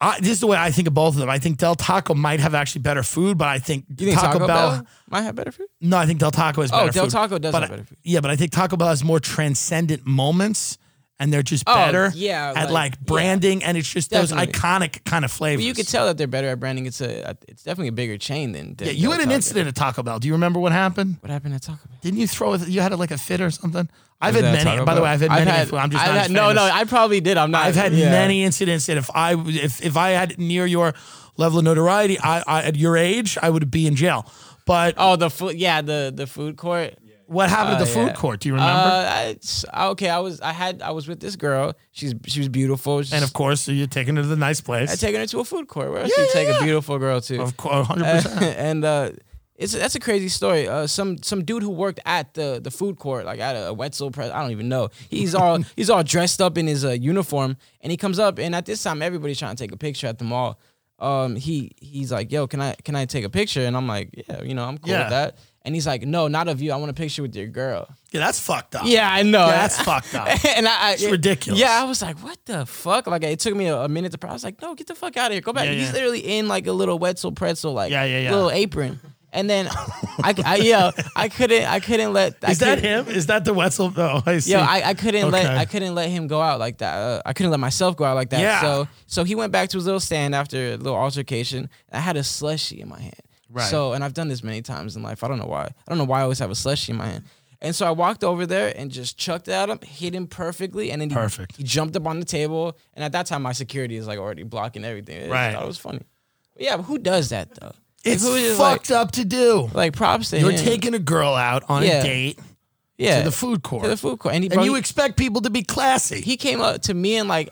I, this is the way I think of both of them. I think Del Taco might have actually better food, but I think,
You think Taco, Bell, might have better food?
No, I think Del Taco is
Oh,
better.
Del
food.
Taco does
but
have
I-
better food.
Yeah, but I think Taco Bell has more transcendent moments, and they're just
Oh,
better
yeah,
at
like-
like branding, and it's just those
Definitely.
iconic kind of flavors.
But you could tell that they're better at branding. It's a it's definitely a bigger chain than. than
Yeah, you
Del
had an
Taco.
incident at Taco Bell. Do you remember what happened?
What happened at Taco Bell?
Didn't you throw? You had like a fit or something? I've
Was
had
that
many.
Taco
By the way,
Bell?
I've had many. food. I'm just
I've
not
had-
as
no,
famous.
no. I probably did. I'm not.
I've had
yeah.
many incidents that if I if if I had near your level of notoriety, I, I at your age, I would be in jail. But uh,
Oh, the food. Yeah, the the food court.
what happened at the
Uh,
food
yeah.
court? Do you remember?
Uh, I, it's- okay, I was I had I was with this girl. She's she was beautiful. She's,
and of course, so you're taking her to the nice place.
I taken her to a food court. Where else you take a beautiful girl to?
of course, 100. percent
[LAUGHS] and uh, it's that's a crazy story. Uh, some some dude who worked at the the food court, like at a Wetzel press, I don't even know. He's [LAUGHS] all he's all dressed up in his uh, uniform, and he comes up, and at this time everybody's trying to take a picture at the mall. Um, he he's like, "Yo, can I can I take a picture?" And I'm like, "Yeah, you know, I'm cool
Yeah.
with that." And he's like, "No, not of you. I want a picture with your girl."
Yeah, that's fucked up.
Uh, Yeah, I know.
Yeah, that's fucked
[LAUGHS]
up.
and I, I
It's ridiculous.
Yeah, I was like, what the fuck? Like, it took me a, a minute to. pro- I was like, no, get the fuck out of here. Go back.
Yeah, yeah.
He's literally in like a little Wetzel pretzel, like
Yeah, yeah, yeah.
little apron. And then, [LAUGHS] I, I yeah, I couldn't, I couldn't let. I
Is that
couldn't-
him? Is that the Wetzel? Oh, I see.
Yo, I, I couldn't let
Okay.
I couldn't let him go out like that. Uh, I couldn't let myself go out like that.
Yeah.
So so he went back to his little stand after a little altercation. I had a slushy in my hand.
Right.
So and I've done this many times in life. I don't know why. I don't know why I always have a slushy in my hand. And so I walked over there and just chucked it at him, hit him perfectly, and then he,
Perfect.
he jumped up on the table. And at that time, my security is like already blocking everything. I
Right.
just thought it was funny. Yeah, but who does that though?
it's
Like, who is,
fucked up to do.
Like, like props to
You're
him.
taking a girl out on a
Yeah.
date
yeah
to the food court,
to the food court, and he
and
bro,
you
he-
expect people to be classy.
he came up to me and like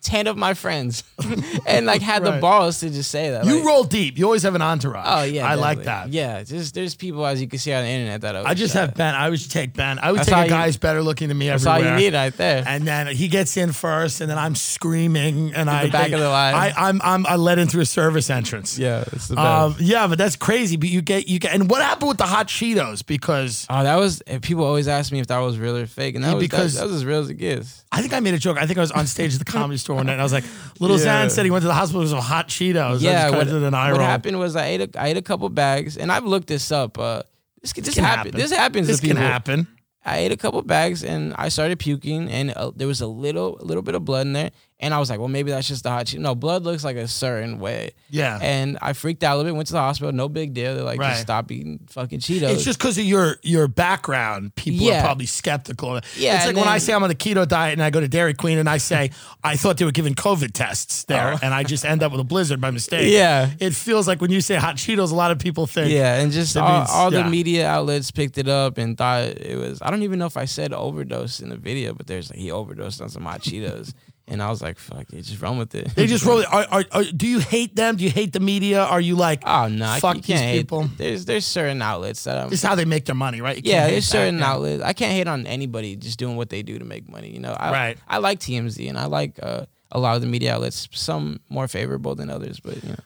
ten of my friends, [LAUGHS] and like had the
Right.
balls to just say that.
You
like,
roll deep. You always have an entourage.
Oh yeah,
I like that.
definitely. Yeah, just there's people as you can see on the internet that
I just have Ben. I always take Ben. I would
That's
take
all
a
you-
guy's better looking than me
That's all
everywhere.
you need right there.
And then he gets in first, and then I'm screaming, and I
back of the line.
I, I'm I'm I let in through a service entrance.
yeah, it's the best.
Um, yeah, but that's crazy. But you get you get. And what happened with the hot Cheetos? Because
oh, that was and people always ask me if that was real or fake, and that
Yeah,
was
because-
because that, was as real as it gets.
I think I made a joke. I think I was on stage at the comedy store one night, and I was like, "Little
Yeah.
Zan said he went to the hospital because of hot Cheetos." I
yeah,
just
what,
kinda did an eye
what
roll.
happened was I ate a I ate a couple bags, and I've looked this up. Uh, this could- this,
Can
happen. This happens.
This
to
can
people.
happen.
I ate a couple bags and I started puking, and uh, there was a little little bit of blood in there, and I was like, well, maybe that's just the hot cheese. No, blood looks like a certain way.
Yeah.
And I freaked out a little bit, went to the hospital. No big deal. They're like,
Right.
just stop eating fucking Cheetos.
It's just because of your your background. People are
Yeah.
probably skeptical. of it.
Yeah,
it's like
and
when I
then-
say I'm on a keto diet and I go to Dairy Queen and I say I thought they were giving COVID tests there, and I just end up with a blizzard by mistake.
Oh. Yeah.
it feels like when you say hot Cheetos, a lot of people think.
yeah, and just
It
all,
means-
all
yeah.
the media outlets picked it up and thought it was. I don't even know if I said overdose in the video, but there's like he overdosed on some hot
[LAUGHS]
Cheetos, and I was like, fuck it, just run with it.
They just roll. it. Are, are, are, do you hate them? Do you hate the media? Are you like,
[LAUGHS] oh no, I-
fuck
you
these
can't hate-
people?
There's there's certain outlets that I'm
This is how they make their money, right? You can't
Yeah,
hate
there's
that,
certain
yeah.
outlets. I can't hate on anybody just doing what they do to make money. You know, I,
Right.
I like TMZ and I like uh, a lot of the media outlets. Some more favorable than others, but you know.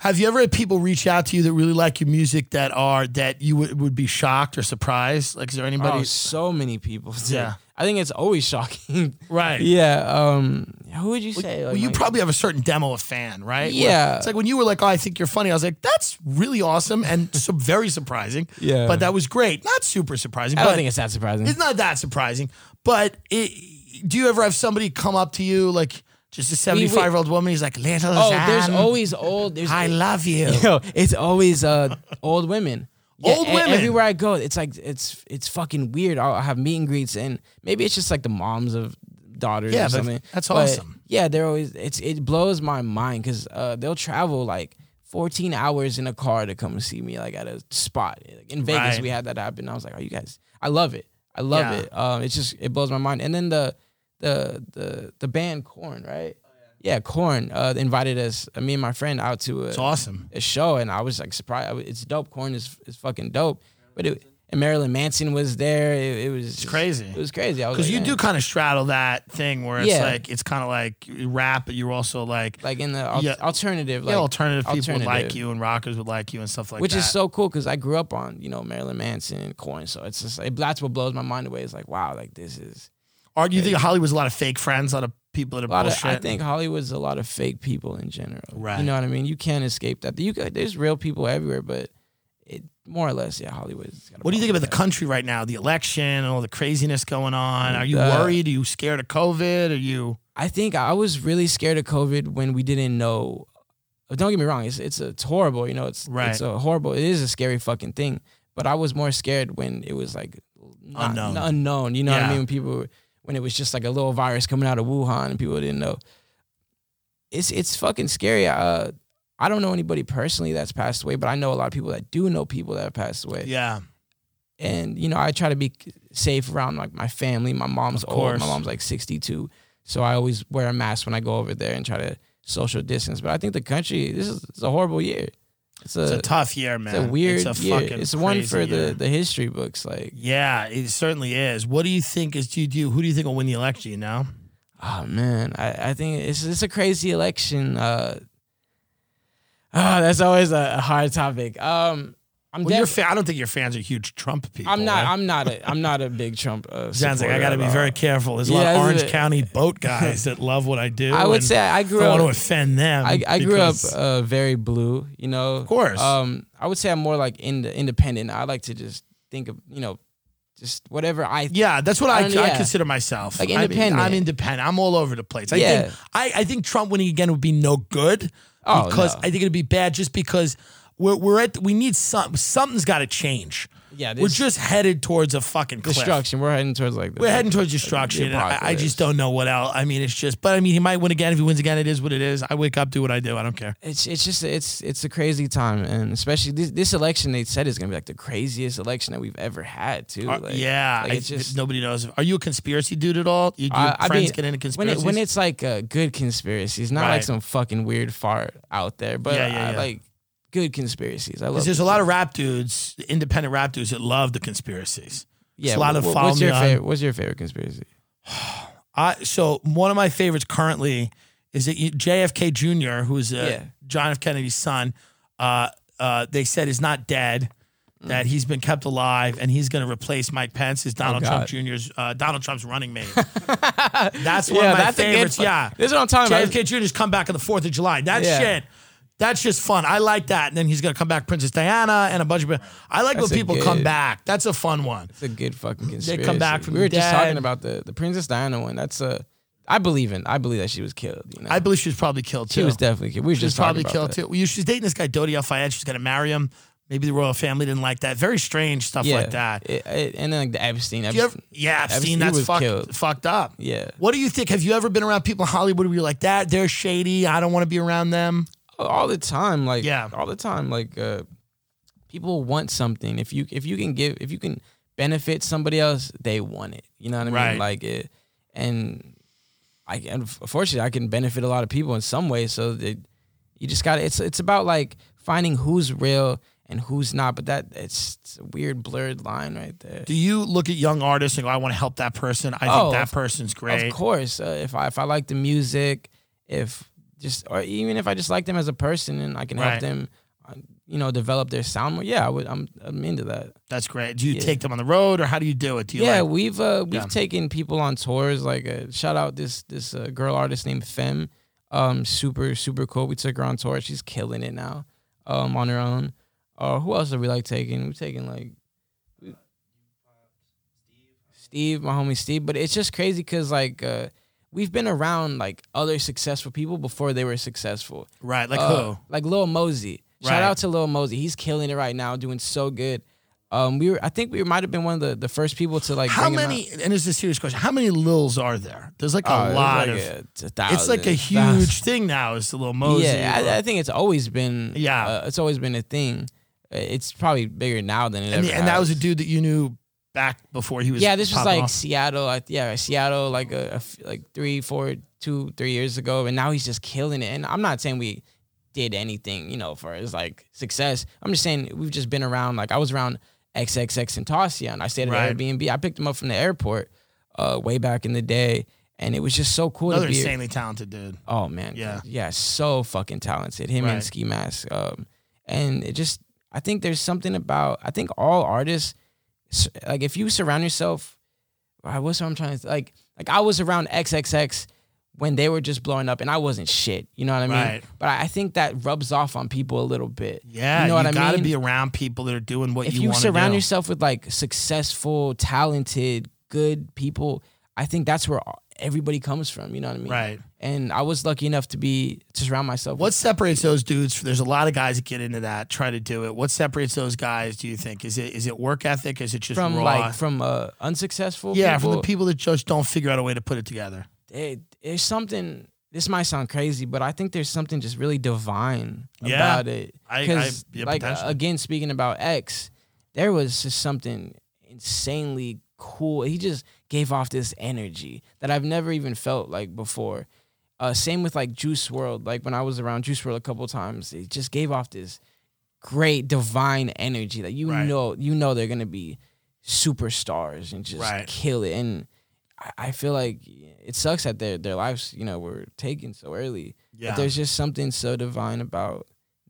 Have you ever had people reach out to you that really like your music that are that you would would be shocked or surprised? Like, is there anybody?
oh, so many people. dude.
Yeah.
I think it's always [LAUGHS] shocking.
Right.
Yeah. Um. Who would you say?
Well,
like,
you
my-
probably have a certain demo of fan, right? Where-
Yeah.
it's like when you were like, "Oh, I think you're funny." I was like, "That's really awesome and so very surprising."
Yeah.
But that was great. Not super surprising.
I don't
but
think it's that surprising.
it's not that surprising. But it, do you ever have somebody come up to you like just a 75 year old woman? He's like, "Little
oh, there's
Zan,
always old. There's
I love
[LAUGHS]
you."
Yo, it's always uh old women. Yeah,
[LAUGHS] Old
e-
women.
Everywhere I go, it's like it's it's fucking weird. I'll have meet and greets, and maybe it's just like the moms of daughters
Yeah,
or
but
something.
that's awesome.
Yeah, they're always it's it blows my mind because uh, they'll travel like 14 hours in a car to come and see me like at a spot Like, in Vegas.
Right.
We had that happen. I was like, oh, you guys, I love it. I love
Yeah.
it. Um, it's just it blows my mind. And then the the the the band Corn, right?
Oh,
Yeah, Corn uh, invited us, uh, me and my friend, out to a,
It's awesome.
a show, and I was like surprised. I was- It's dope. Corn is is fucking dope. But it, and Marilyn Manson was there. It, it was just-
crazy.
It was crazy. I was
Because
like,
you do
"Man."
kind of straddle that thing where it's
Yeah.
like it's kind of like rap, but you're also like,
like in the al-
Yeah.
alternative, like
yeah, alternative people would like
alternative,
you and rockers would like you and stuff like
which
that.
is so cool because I grew up on you know Marilyn Manson and Corn. So it's just it, that's what blows my mind away. It's like wow, like this is
Or do you think Hollywood's a lot of fake friends, a lot of people that are
a lot of,
bullshit?
I think Hollywood's a lot of fake people in general.
Right.
You know what I mean? You can't escape that. You could, there's real people everywhere, but it more or less, yeah, Hollywood's. got a
What do you think
problem
about the
with
country right now? The election and all the craziness going on. Are you
Uh,
worried? Are you scared of COVID? Are you?
that. I think I was really scared of COVID when we didn't know. Don't get me wrong. It's it's, it's horrible. You know, it's
Right.
It's a horrible. It is a scary fucking thing. But I was more scared when it was like not,
Unknown.
Unknown. You know what
Yeah.
I mean? When people were- when it was just like a little virus coming out of Wuhan and people didn't know. It's it's fucking scary. Uh, I don't know anybody personally that's passed away, but I know a lot of people that do know people that have passed away.
Yeah,
And you know, I try to be c- safe around like my family. My mom's
Of
old.
course.
My mom's like 62, so I always wear a mask when I go over there and try to social distance. But I think the country this is it's a horrible year. It's a,
it's a tough year, man.
uh, it's a weird
It's a
year.
fucking.
It's one
crazy
for
year.
the the history books. Like,
Yeah, it certainly is. What do you think is? Do you, do you- who do you think will win the election? You know,
oh man, I, I think it's it's a crazy election. Uh, ah, that's always a, a hard topic. Um, I'm
well, your
def-
fa- I don't think your fans are huge Trump people.
I'm not.
Right?
I'm not a. I'm not
[LAUGHS]
a big Trump. Uh,
Sounds like I got to be very careful. There's a lot
Yeah,
of
it's a
Orange
bit-
County
[LAUGHS]
boat guys that love what I do.
I would
and
say I grew
don't want to
up.
offend them.
I, I grew up
because-
uh, very blue. You know, of
course.
Um, I would say I'm more like in independent. I like to just think of you know, just whatever I.
Yeah, that's what
I
I,
don't-
I
Um, yeah.
consider myself.
Like
I mean,
independent.
I'm, independent. I'm all over the place. I
Yeah.
think I, I think Trump winning again would be no good
Oh,
because
no.
I think it'd be bad just because we're, we're at we need some something's got to change.
Yeah,
we're
this-
just headed towards a fucking cliff.
Destruction. We're heading towards like. The,
We're heading towards destruction.
The
and I, I
apocalypse.
just don't know what else. I mean, it's just. But I mean, he might win again. If he wins again, it is what it is. I wake up, do what I do. I don't care.
It's it's just it's it's a crazy time, and especially this, this election they said is gonna be like the craziest election that we've ever had too.
Uh,
Like,
yeah,
like
I-
it's just
nobody knows. Are you a conspiracy dude at all? You, do your
I- I
friends
mean,
get into
when,
conspiracies?
it, when it's like uh, good conspiracies, not
Right.
like some fucking weird fart out there, but
Yeah, yeah,
I
yeah.
like good conspiracies. I
'Cause
love.
there's a lot of rap dudes, independent rap dudes that love the conspiracies.
yeah.
a lot of
wh- wh-
follow
what's your
me on-
favorite? What's your favorite conspiracy?
I so one of my favorites currently is that you- JFK Jr., who is uh,
Yeah.
John F. Kennedy's son. Uh, uh, they said is not dead,
Mm.
that he's been kept alive, and he's going to replace Mike Pence as Donald Trump
Oh, God.
Jr.'s uh, Donald Trump's running
[LAUGHS]
mate. that's one of my
that's a good
favorites.
fu-
yeah,
This is what I'm talking about.
JFK Jr.'s come back on the Fourth of July. That
Yeah.
shit. That's just fun. I like that. And then he's gonna come back, Princess Diana, and a bunch of. I like
That's a
when people come
good-
back. That's a fun one.
It's a good fucking conspiracy.
come back from
We were
the
just talking
dead.
about the the Princess Diana one. That's a. I believe in. I believe that she was killed. You know,
I believe she was probably killed too.
she was definitely killed. We were
She was
just
probably
talking about
killed
that.
too. Well, she's dating this guy Dodi Al Fayed. She's gonna marry him. Maybe the royal family didn't like that. Very strange stuff like that.
It- it- and then like the Epstein.
Do you ever-
Epstein-
yeah, Epstein,
Epstein
that's
was
fucked,
killed.
fucked up.
Yeah.
What do you think? Have you ever been around people in Hollywood where you're like that? They're shady. I don't want to be around them.
all the time like
Yeah.
all the time like uh people want something if you if you can give if you can benefit somebody else they want it you know what i
Right.
mean like it and i and unfortunately i can benefit a lot of people in some way so that you just gotta it's it's about like finding who's real and who's not but that it's, it's a weird blurred line right there
Do you look at young artists and go, I want to help that person? I
Oh,
think that
of-
person's great.
Of course, uh, if I if I like the music, if just or even if I just like them as a person and I can
Right.
help them, uh, you know, develop their sound more. Yeah, I would. I'm I'm into that.
That's great. Do you
Yeah.
take them on the road or how do you do it? Do you
yeah,
like,
we've uh, we've
Yeah.
taken people on tours. Like uh, shout out this this uh, girl artist named Femme. Um, super super cool. We took her on tour. She's killing it now. Um, on her own. Uh, who else are we like taking? We're taking like. Steve, my homie Steve, but it's just crazy because like uh, we've been around like other successful people before they were successful.
right? Like
Uh,
who?
Like Lil Mosey.
Right.
Shout out to Lil Mosey. He's killing it right now, doing so good. Um, we were, I think we might have been one of the, the first people to like.
How
bring him out.
many? And this is a serious question. How many Lils are there? There's like a
Oh, it's
lot
like
of.
a- it's, a
it's like a
thousand,
huge
thousand.
thing now. Is the Lil Mosey?
[LAUGHS] Yeah,
or-
I, I think it's always been.
Yeah.
uh, it's always been a thing. Uh, It's probably bigger now than it
and,
ever.
and that was a
has.
dude that you knew back before he was.
Yeah, this was
popping
like
off.
Seattle. I, yeah, Seattle, like a, a f- like three, four, two, three years ago, and now he's just killing it. And I'm not saying we did anything, you know, for his like success. I'm just saying we've just been around. Like I was around XXX and Tasia, and I stayed at
Right.
an Airbnb. I picked him up from the airport uh, way back in the day, and it was just so cool
another
to be.
insanely talented dude.
Oh man,
Yeah.
yeah, so fucking talented. Him
Right.
and Ski Mask, um, and it just I think there's something about I think all artists s- like if you surround yourself, I what's what I'm trying to say? like like I was around XXX when they were just blowing up and I wasn't shit, you know what I mean?
Right.
But I I think that rubs off on people a little bit.
Yeah,
you know what I
gotta
mean?
be around people that are doing what
if
you,
you,
want to
surround
do.
yourself with like successful, talented, good people, I think that's where all- everybody comes from. You know what I mean?
Right.
And I was lucky enough to be to surround myself.
What separates those dudes? There's a lot of guys that get into that, try to do it. What separates those guys? Do you think is it is it work ethic? Is it
with,
just
from
raw?
like from uh, unsuccessful?
yeah,
people,
from the people that just don't figure out a way to put it together.
it, there's something. This might sound crazy, but I think there's something just really divine
Yeah.
about it.
I- I-
'Cause,
yeah,
like uh,
potentially.
again, speaking about X, there was just something insanely cool. He just gave off this energy that I've never even felt like before. Uh, same with like Juice World. Like when I was around Juice World a couple times, it just gave off this great divine energy that you
Right.
know you know they're gonna be superstars and just
Right.
kill it. And I- I feel like it sucks that their their lives you know were taken so early.
Yeah.
But there's just something so divine about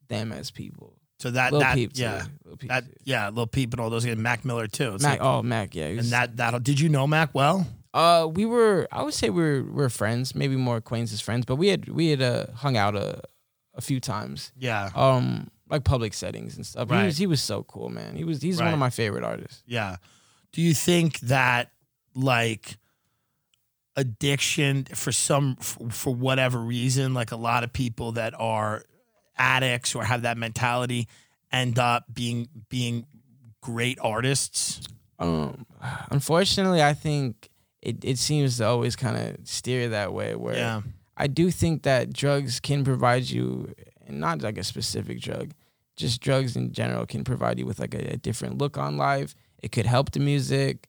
them as people.
So that
Lil
that
Peep, too.
yeah
Lil Peep
that
too.
yeah little peep and all those. And Mac Miller too. It's
Mac,
like-
oh Mac, yeah. he
and
was-
that that did you know Mac well?
uh, we were, I would say we were, we were friends, maybe more acquaintances, friends, but we had we had uh, hung out a, a few times,
Yeah,
um, like public settings and stuff.
Right.
He was he was so cool, man. He was he's one
Right.
of my favorite artists.
Yeah. Do you think that like addiction for some for, for whatever reason like a lot of people that are addicts or have that mentality end up being being great artists?
Um, unfortunately, I think it, it seems to always kind of steer that way. Where
Yeah.
I do think that drugs can provide you, and not like a specific drug, just drugs in general can provide you with like a, a different look on life. It could help the music,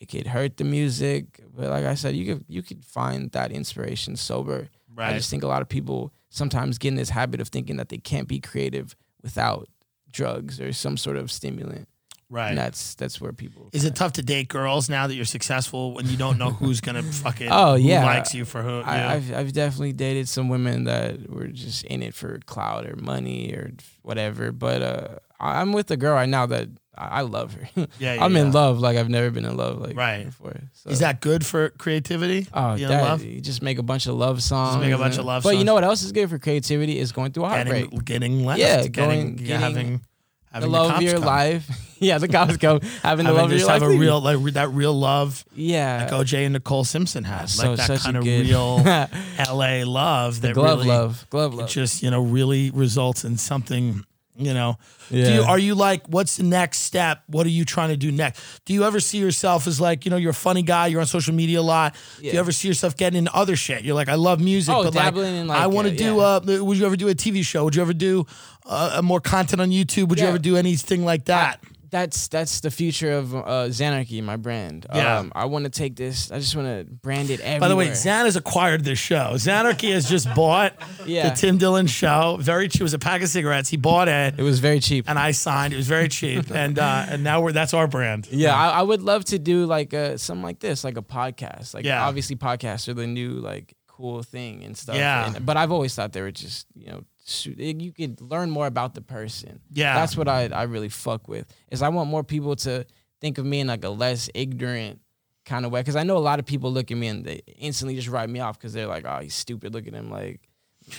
it could hurt the music, but like I said, you could you could find that inspiration sober. I just think a lot of people sometimes get in this habit of thinking that they can't be creative without drugs or some sort of stimulant.
right.
And that's that's where people
Is it
kinda-
tough to date girls now that you're successful when you don't know who's
[LAUGHS]
gonna fucking
Oh, yeah.
who likes you for who?
I,
yeah.
I've I've definitely dated some women that were just in it for clout or money or whatever. But uh, I- I'm with a girl right now that I I love her. [LAUGHS]
Yeah, yeah,
I'm in
yeah.
love like I've never been in love like
Right.
before. So.
Is that good for creativity?
Oh,
Being in
that,
love?
you just make a bunch of love songs.
make a bunch
and-
of love
But you
songs.
know what else is good for creativity is going through a heartbreak.
getting getting left.
Yeah,
getting,
going- getting
having
the
having the
love of
cops
your
come.
life. [LAUGHS] yeah, the cops
[LAUGHS]
go having the
Having
love of
just
your
have
life.
a
leave you.
real like that real love
yeah.
like OJ and Nicole Simpson had,
so
like that
such a
kind of
good- [LAUGHS]
real
the
LA love that
glove
really
love, glove
it
love.
just you know really results in something. You know, do
Yeah.
you, are you like, what's the next step? What are you trying to do next? Do you ever see yourself as like, you know, you're a funny guy, you're on social media a lot. Do you
Yeah.
ever see yourself getting into other shit? You're like, I love music,
Oh,
but
dabbling in, like,
I want to
uh,
do.
yeah.
Uh, would you ever do a TV show? Would you ever do uh, more content on YouTube? Would you
Yeah.
ever do anything like that?
that's that's the future of uh, Xanarchy, my brand.
Yeah.
Um, I want to take this. I just want to brand it everywhere.
By the way, Xan has acquired this show. Xanarchy has just bought
[LAUGHS] Yeah.
the Tim Dillon show. Very cheap. It was a pack of cigarettes. He bought it,
it was very cheap.
and I signed. It was very
[LAUGHS]
cheap, and uh, and now we're that's our brand.
yeah, I, I would love to do like a something like this, like a podcast. Like
Yeah.
obviously, podcasts are the new like cool thing and stuff.
Yeah.
And- but I've always thought they were just you know su- you could learn more about the person.
Yeah.
that's what I I really fuck with is I want more people to think of me in like a less ignorant kind of way because I know a lot of people look at me and they instantly just write me off because they're like, oh, he's stupid. Look at him like.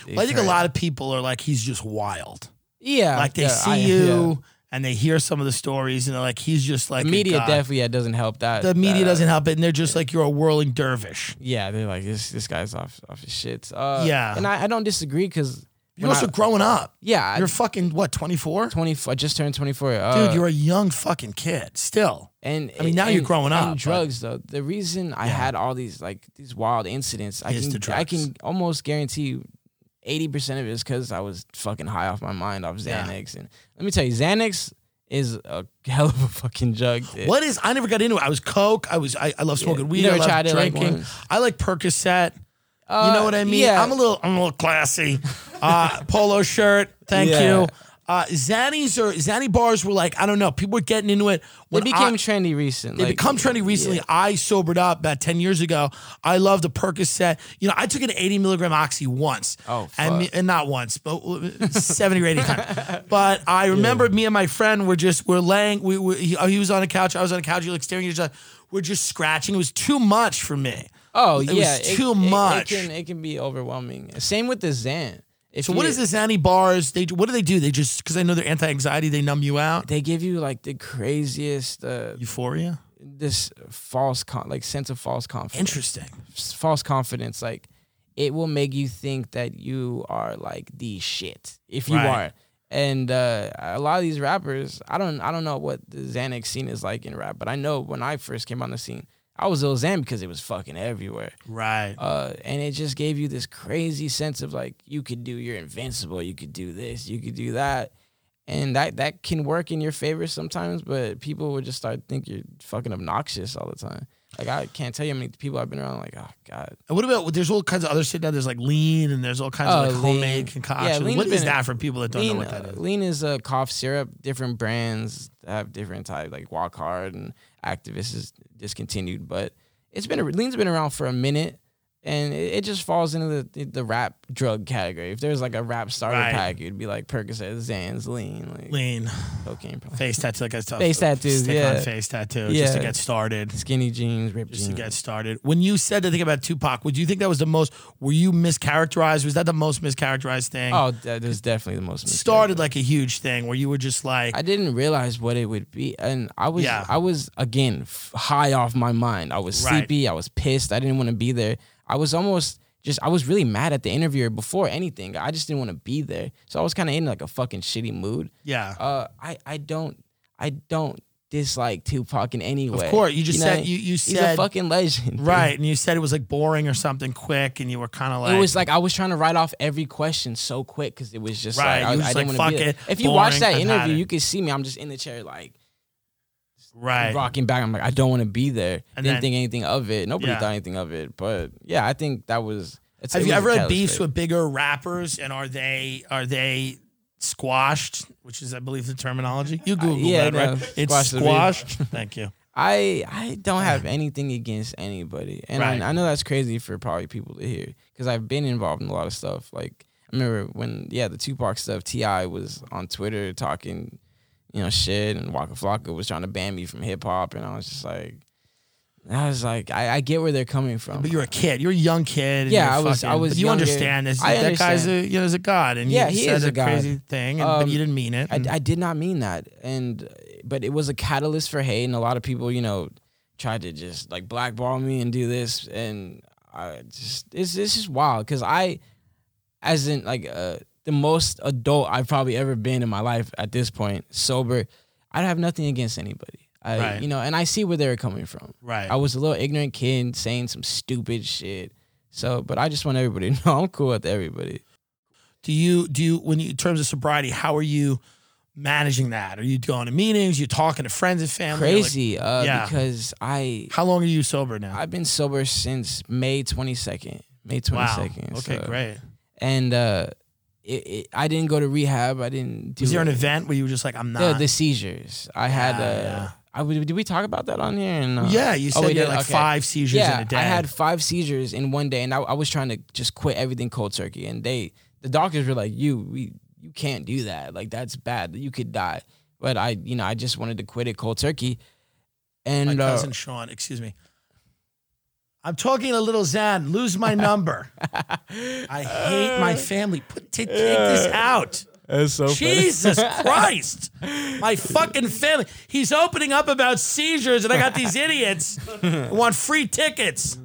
Well, I think a lot of people are like, he's just wild.
Yeah,
Like they
yeah,
see
I-
you
yeah.
and they hear some of the stories, and they're like, he's just like
The
a
media
guy.
definitely yeah, doesn't help that. uh,
The media
that,
doesn't help it, and they're just like, you're a whirling dervish.
Yeah, they're like this. This guy's off off his shit. Uh,
Yeah.
and I, I don't disagree because
You're also growing up.
yeah,
You're fucking what, 24? Dude,
twenty. I just turned twenty four. Uh,
you're a young fucking kid still.
and
I mean, now you're
and-
growing up,
And
but-
drugs though. The reason I had all these like these wild incidents, I
Is
can
the
I
drugs.
can almost guarantee you. 80% of it is because I was fucking high off my mind off
Yeah.
Xanax. And let me tell you, Xanax is a [LAUGHS] hell of a fucking drug. dude.
What is? I never got into it. I was coke. I was. I, I love smoking
You
weed.
never
I love
tried it, like,
drinking.
once?
I like Percocet. you
Uh,
know what I mean?
yeah.
I'm a little. I'm a little classy.
[LAUGHS]
Uh, polo shirt. Thank
Yeah.
you. Uh, Zannies or Zanny bars were like I don't know. People were getting into it.
They
When I-
became trendy recently.
They become trendy recently. I sobered up about 10 years ago. I love the Percocet. You know, I took an 80 milligram oxy once.
Oh,
And, me-
fuck.
and not once, but 70 or 80
[LAUGHS]
times. But I remember me and my friend were just, we're laying, we, we he, he was on a couch, I was on a couch, he was like staring at each other. We're just scratching. It was too much for me.
Oh
It was
yeah,
too much.
It, can, it can be overwhelming. Same with the Xan. If
So what
you-
is this anti bars? They What do they do? They just, because I know they're anti anxiety, they numb you out.
They give you like the craziest, uh,
Euphoria?
this false con- like sense of false confidence,
Interesting.
false confidence. Like it will make you think that you are like the shit if you
Right.
are. And uh, a lot of these rappers, I don't, I don't know what the Xanax scene is like in rap, but I know when I first came on the scene, I was Lil Xan because it was fucking everywhere.
Right.
uh, and it just gave you this crazy sense of like you could do you're invincible you could do this you could do that and that that can work in your favor sometimes but people would just start think you're fucking obnoxious all the time like i can't tell you how many people i've been around like oh god
And what about there's all kinds of other shit now? There's like lean and there's all kinds
Oh,
of like
lean.
homemade concoctions.
Yeah, lean's
what is
been-
that for people that don't
lean,
know what that
uh,
is?
lean is a cough syrup different brands have different type like walk hard and activist is discontinued but it's been a, lean's been around for a minute and it, it just falls into the, the rap drug category. If there's like a rap starter
Right.
pack, it'd be like Percocet, Zans, Lean, like
Lean
cocaine, probably.
face tattoo, like I said,
Face tattoos,
stick
yeah.
on face tattoo, just to
Yeah.
get started.
skinny jeans, ripped
Just to
jeans.
get started. When you said the thing about Tupac, would you think that was the most? Were you mischaracterized? Was that the most mischaracterized thing?
oh, that was definitely the most. mistake.
started like a huge thing where you were just like,
I didn't realize what it would be, and I was
Yeah.
I was again f- high off my mind. I was
Right.
sleepy. I was pissed. I didn't want to be there. I was almost just I was really mad at the interviewer before anything. I just didn't want to be there, so I was kind of in like a fucking shitty mood.
Yeah.
Uh, I I don't I don't dislike Tupac in any way.
course, you just
know,
said- you- you
he's
said-
a fucking legend, [LAUGHS] dude.
Right. And you said it was like boring or something quick, and you were kind of like,
It was like I was trying to write off every question so quick because it was just
Right,
like
you
I, I
was
didn't
like,
want to
"Fuck
be there.
it,
If you watch
boring,
that
I've had
interview,
it.
you can see me. I'm just in the chair like
right.
rocking back. I'm like I don't want to be there.
And
Didn't
then-
think anything of it. Nobody
Yeah.
thought anything of it. But yeah, I think that was. It's,
Have
it
you
was a
ever had
catalyst
beefs
for it.
with bigger rappers, and are they are they squashed? Which is, I believe, the terminology. You Google
Uh, yeah,
that,
no,
right? It's
squash the beef. [LAUGHS]
squashed. Thank you.
I I don't have anything against anybody, and
Right.
I, I know that's crazy for probably people to hear because I've been involved in a lot of stuff. Like I remember when yeah, the Tupac stuff. Ti was on Twitter talking, you know, shit, and Waka Flocka was trying to ban me from hip hop, and I was just like, I was like, I, I get where they're coming from.
But you're a kid. You're a young kid. and
Yeah,
you're
I was- I
fucking-
was
but you
younger.
understand this.
I
that guy's a
understand.
you know, is a god, and
Yeah,
you
he
said
is
a
a god.
crazy thing, and, but
Um,
you didn't mean it.
I, I did not mean that, and but it was a catalyst for hate, and a lot of people, you know, tried to just like blackball me and do this, and I just it's it's just wild because I, as in like uh, the most adult I've probably ever been in my life at this point, sober, I'd have nothing against anybody. I,
Right.
You know, and I see where they were coming from.
right.
I was a little ignorant kid saying some stupid shit. So, but I just want everybody to [LAUGHS] know I'm cool with everybody.
do you do you when you in terms of sobriety? How are you managing that? Are you going to meetings? You talking to friends and family? Like,
Crazy, uh,
yeah.
because I
how long are you sober now?
I've been sober since May 22nd. May 22nd.
wow. Okay,
so-
great.
And uh, it, it, I didn't go to rehab. I didn't do.
Was there an
any-
event where you were just like, I'm not?
The, the seizures. I had.
Yeah,
Uh,
yeah.
I would. Did we talk about that on here? And, uh,
yeah, you
oh,
said
we
you had
did?
like
Okay.
five seizures
yeah,
in a day.
I had five seizures in one day, and I, I was trying to just quit everything cold turkey. And they, the doctors were like, "You, we, you can't do that. Like that's bad. You could die." But I, you know, I just wanted to quit it cold turkey. And
my
uh,
cousin Sean, excuse me. I'm talking a little Zan. Lose
[LAUGHS]
my number. I hate my family. Put t- take this
[LAUGHS]
out.
that's so [LAUGHS]
Jesus Christ. My fucking family. He's opening up about seizures, and I got
[LAUGHS]
these idiots who want free tickets.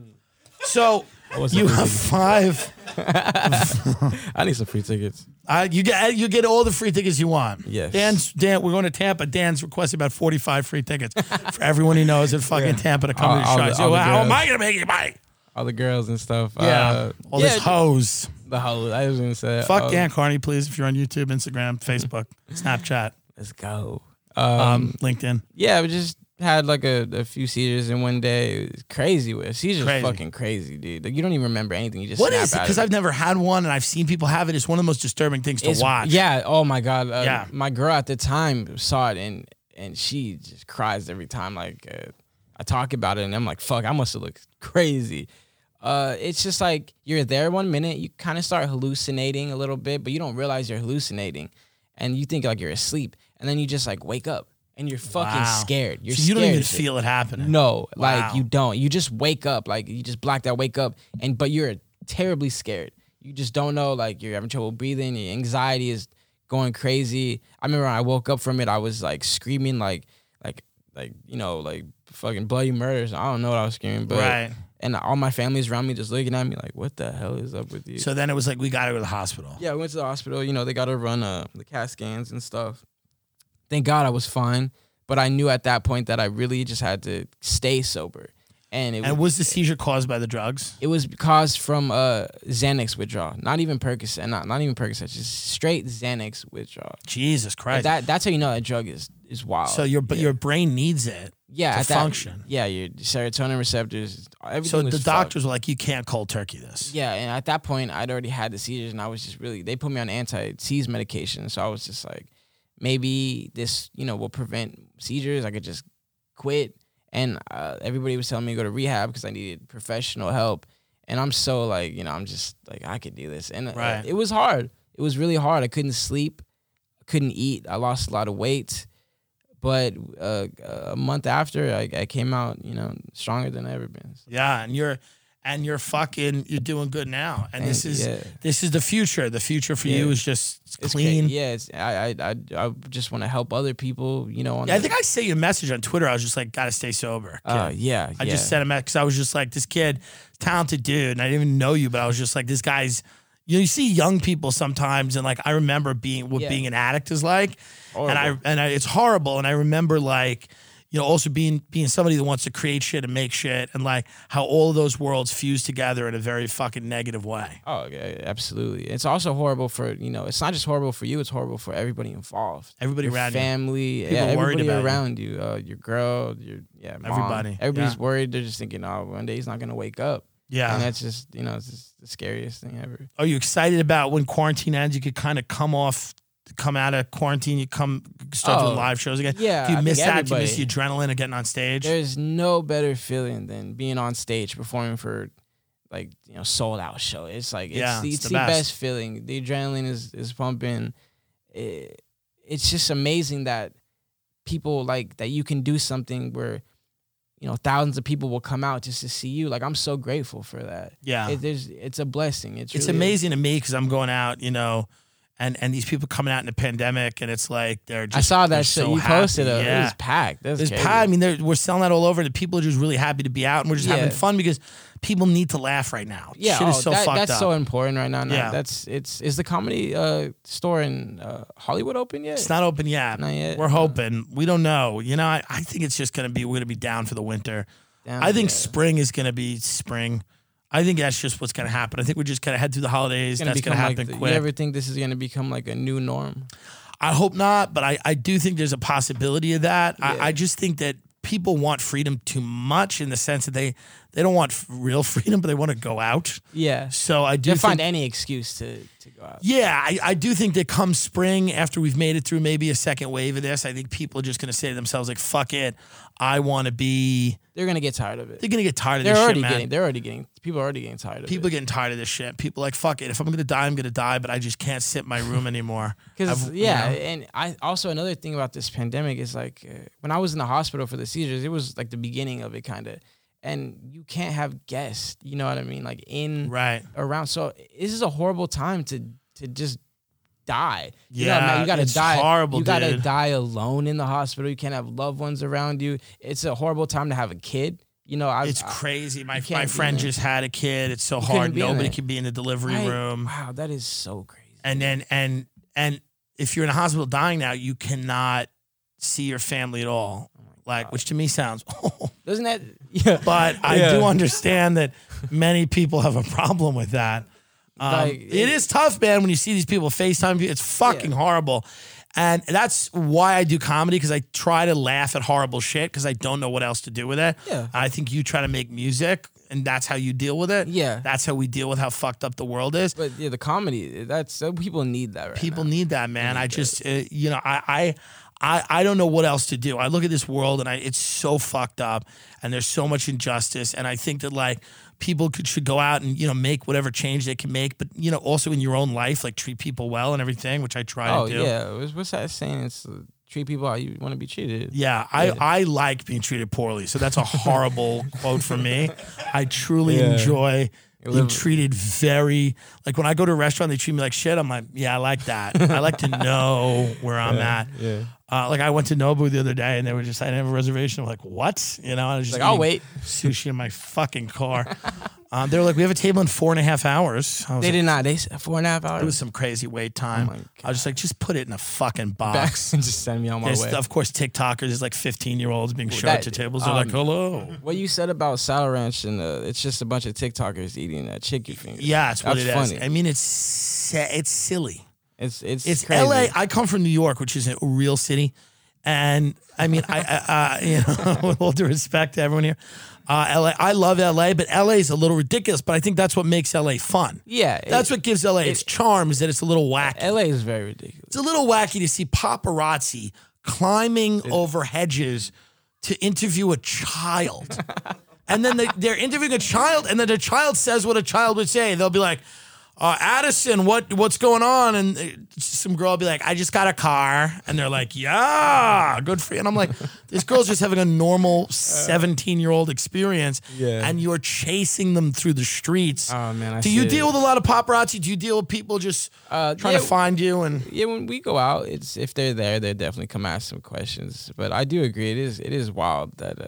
So [LAUGHS] you have five.
I need some free tickets.
Uh, you get you get all the free tickets you want.
Yes.
Dan's Dan. We're going to Tampa. Dan's requesting about forty five free tickets for everyone he knows in fucking Tampa to come to the
All-
show.
all the-
So
all the
how am
girls.
I going to make any money?
All the girls and stuff.
Yeah.
Uh,
all
yeah,
this hose.
the whole. I was gonna say.
Fuck
uh,
Dan Carney, please. If you're on YouTube, Instagram, Facebook, Snapchat,
Let's go. Um,
um, LinkedIn.
yeah, we just had like a, a few seizures in one day. It was crazy. with Seizures
Crazy.
fucking crazy, dude. Like you don't even remember anything. You just
What
snap
is it?
out of
Because I've never had one, and I've seen people have it. It's one of the most disturbing things to
It's-
watch.
Yeah. Oh my god. Uh,
Yeah.
My girl at the time saw it and and she just cries every time like uh, I talk about it and I'm like fuck I must have looked crazy. Uh, it's just like you're there one minute, you kind of start hallucinating a little bit, but you don't realize you're hallucinating, and you think like you're asleep, and then you just like wake up and you're fucking
Wow.
scared. You're
So you don't
scared
even
as shit.
feel it happening.
No,
Wow.
like you don't. You just wake up, like you just black that wake up, and but you're terribly scared. You just don't know, like you're having trouble breathing. Your anxiety is going crazy. I remember when I woke up from it, I was like screaming, like, like, like you know, like fucking bloody murders. I don't know what I was screaming, but
Right.
and all my family's around me just looking at me like, what the hell is up with you?
So then it was like we got to go to the hospital.
Yeah, I went to the hospital. You know, they got to run uh, the CAT scans and stuff. Thank God I was fine, but I knew at that point that I really just had to stay sober. And it,
And was
was,
the seizure caused by the drugs?
it was caused from uh, Xanax withdrawal, not even Percocet, not not even Percocet, just straight Xanax withdrawal.
Jesus Christ.
That that's how you know that drug is is wild.
so your but your brain needs it.
yeah
to
at that-
function.
yeah, your serotonin receptors. Everything
So
was
the
fucked.
doctors were like, you can't cold turkey this.
Yeah, and at that point, I'd already had the seizures, and I was just really they put me on anti seize medication, so I was just like, maybe this you know will prevent seizures. I could just quit, and uh, everybody was telling me to go to rehab because I needed professional help, and I'm so like you know I'm just like I could do this, and uh,
Right.
it was hard. It was really hard. I couldn't sleep, I couldn't eat. I lost a lot of weight. But uh, a month after, I, I came out, you know, stronger than I ever been.
Yeah, and you're and you're fucking you're doing good now. And this
Thank-
is
yeah.
this is the future. The future for you
Yeah.
is just it's
It's
clean.
Ca- yeah, it's, I, I I I just want to help other people. You know, on
Yeah, I
the-
think I sent you a message on Twitter. I was just like, gotta stay sober. kid.
Uh, yeah,
I
yeah.
just sent him because I was just like, this kid, talented dude, and I didn't even know you, but I was just like, this guy's. You, know, you see young people sometimes, and like I remember being what
Yeah.
being an addict is like, and
Horrible.
I and I, it's horrible. And I remember like, you know, also being being somebody that wants to create shit and make shit, and like how all of those worlds fuse together in a very fucking negative way.
Oh, yeah, absolutely. It's also horrible for you know. It's not just horrible for you. It's horrible for everybody involved.
Everybody
your
around you.
family,
People
yeah,
worried
everybody
about you.
around you. Uh, your girl, your yeah, mom.
Everybody,
Everybody's
yeah.
worried. They're just thinking, oh, one day he's not gonna wake up.
Yeah.
and that's just you know, it's just the scariest thing ever.
Are you excited about when quarantine ends? You could kind of come off, come out of quarantine. You come start
Oh,
doing live shows again.
yeah,
Do you
I
miss
think
that? Do you miss the
everybody-
adrenaline of getting on stage?
There's no better feeling than being on stage performing for like you know sold out show. It's like it's,
Yeah,
the,
it's
it's,
the
the,
best.
best. feeling. The adrenaline is is pumping. It, it's just amazing that people like that you can do something where you know thousands of people will come out just to see you. Like I'm so grateful for that.
Yeah.
It, there's it's a blessing. It's
it's
really is.
amazing to me because I'm going out, you know, and and these people coming out in the pandemic, and it's like they're. just
I saw
they're
that shit
so
you posted.
happy.
It. it
Yeah.
was packed. That's
There's
crazy.
pa- I mean, they're- we're selling that all over. The people are just really happy to be out, and we're just having
Yeah.
fun because people need to laugh right now.
yeah,
shit is
oh,
so
that-
fucked
that's
up.
so important right now. Nah,
Yeah.
that's it's is the comedy uh, store in uh, Hollywood open yet?
it's not open yet.
Not yet,
We're
no.
hoping. We don't know. You know, I, I think it's just gonna be. We're gonna be down for the winter.
Damn,
I think
yeah.
spring is gonna be spring. I think that's just what's gonna happen. I think we're just gonna head through the holidays.
It's gonna
that's
become
gonna
like
happen
the-
quick.
You ever think this is gonna become like a new norm?
I hope not, but I, I do think there's a possibility of that.
Yeah.
I, I just think that people want freedom too much in the sense that they they don't want f- real [LAUGHS] freedom, but they want to go out.
Yeah,
So I do
you find
think-
any excuse to to go out.
yeah, I, I do think that come spring, after we've made it through maybe a second wave of this, I think people are just going to say to themselves, like, fuck it. I want to be.
They're gonna get tired of it.
They're going to get tired of
They're
this
already
shit, man.
getting. They're already getting. People are already getting tired of
People are
it.
getting tired of this shit. People are like, fuck it. If I'm going to die, I'm going to die, but I just can't sit in my room
[LAUGHS]
anymore.
Because
I've- you
yeah,
know.
and I also another thing about this pandemic is like uh, when I was in the hospital for the seizures, it was like the beginning of it, kind of. And you can't have guests. You know what I mean? Like in
Right.
around. So this is a horrible time to to just die. You know,
Yeah,
man, you gotta
it's
die.
horrible,
You gotta
dude.
die alone in the hospital. You can't have loved ones around you. It's a horrible time to have a kid. You know, I
It's
I-
crazy. My
can't
my
be
friend
in it.
just had a kid. It's so
You couldn't
hard.
be in
Nobody
it.
can be in the delivery
right?
room.
Wow, that is so crazy.
And then and and if you're in a hospital dying now, you cannot see your family at all.
Oh
Like, which to me sounds, [LAUGHS]
Doesn't that? [LAUGHS] Yeah,
but I
Yeah.
do understand that many people have a problem with that. Um,
Like,
it
it-
is tough, man, when you see these people FaceTime you. It's fucking
Yeah.
horrible. And that's why I do comedy because I try to laugh at horrible shit because I don't know what else to do with it.
Yeah.
I think you try to make music and that's how you deal with it.
Yeah.
That's how we deal with how fucked up the world is.
but yeah, the comedy. That's uh, people need that. Right
People
now.
need that, man. I just, uh, you know, I, I, I, I don't know what else to do. I look at this world and I, it's so fucked up, and there's so much injustice. And I think that like people could should go out and you know make whatever change they can make, but you know also in your own life, like treat people well and everything, which I try
Oh
to do.
yeah, what's, what's that saying? It's uh, treat people how you want to be treated.
Yeah, I, I like being treated poorly, so
[LAUGHS]
that's a horrible quote for me. I truly enjoy being treated very like when I go to a restaurant, they treat me like shit. I'm like, yeah, I like that. I like
[LAUGHS]
to know where I'm at. Yeah. Uh, like I went to Nobu the other day, and they were just I didn't have a reservation. I'm like, what? You know, and I was just
Like, I'll
eating
wait.
Sushi in my fucking car.
[LAUGHS]
um, they were like, we have a table in four and a half hours. I was
They
like,
did not. They said four and a half
it was
hours.
some crazy wait time.
Oh my
I was just like, just put it in a fucking
Back
box.
and [LAUGHS] just send me on my
There's,
way.
of course, TikTokers is like 15 year olds being showed up
that-
to tables. They're like,
um,
hello.
What you said about Sour Ranch and uh, it's just a bunch of TikTokers eating uh, chicken fingers.
Yeah, it's what it
that's
is.
funny.
I mean, it's sa- it's silly.
It's it's
It's
crazy.
LA. I come from New York, which is a real city. And I mean, I, I, [LAUGHS] I you know, with all due respect to everyone here, uh, LA, I love LA, but LA is a little ridiculous, but I think that's what makes LA fun.
Yeah, it-
That's what gives LA its charm is that it's a little wacky.
LA is very ridiculous.
it's a little wacky to see paparazzi climbing over hedges to interview a child. [LAUGHS] and then they, they're interviewing a child, and then the child says what a child would say. They'll be like, uh, Addison, what what's going on? And uh, some girl will be like, I just got a car. And they're like, yeah, good for you. And I'm like, this girl's just having a
[LAUGHS]
normal 17 year old experience.
Yeah.
And you're chasing them through the streets.
Oh, man, I
Do you
see it.
deal with a lot of paparazzi? Do you deal with people just
Uh,
trying to
yeah.
find you? And
yeah, when we go out, it's if they're there, they definitely come ask some questions. But I do agree, it is it is wild that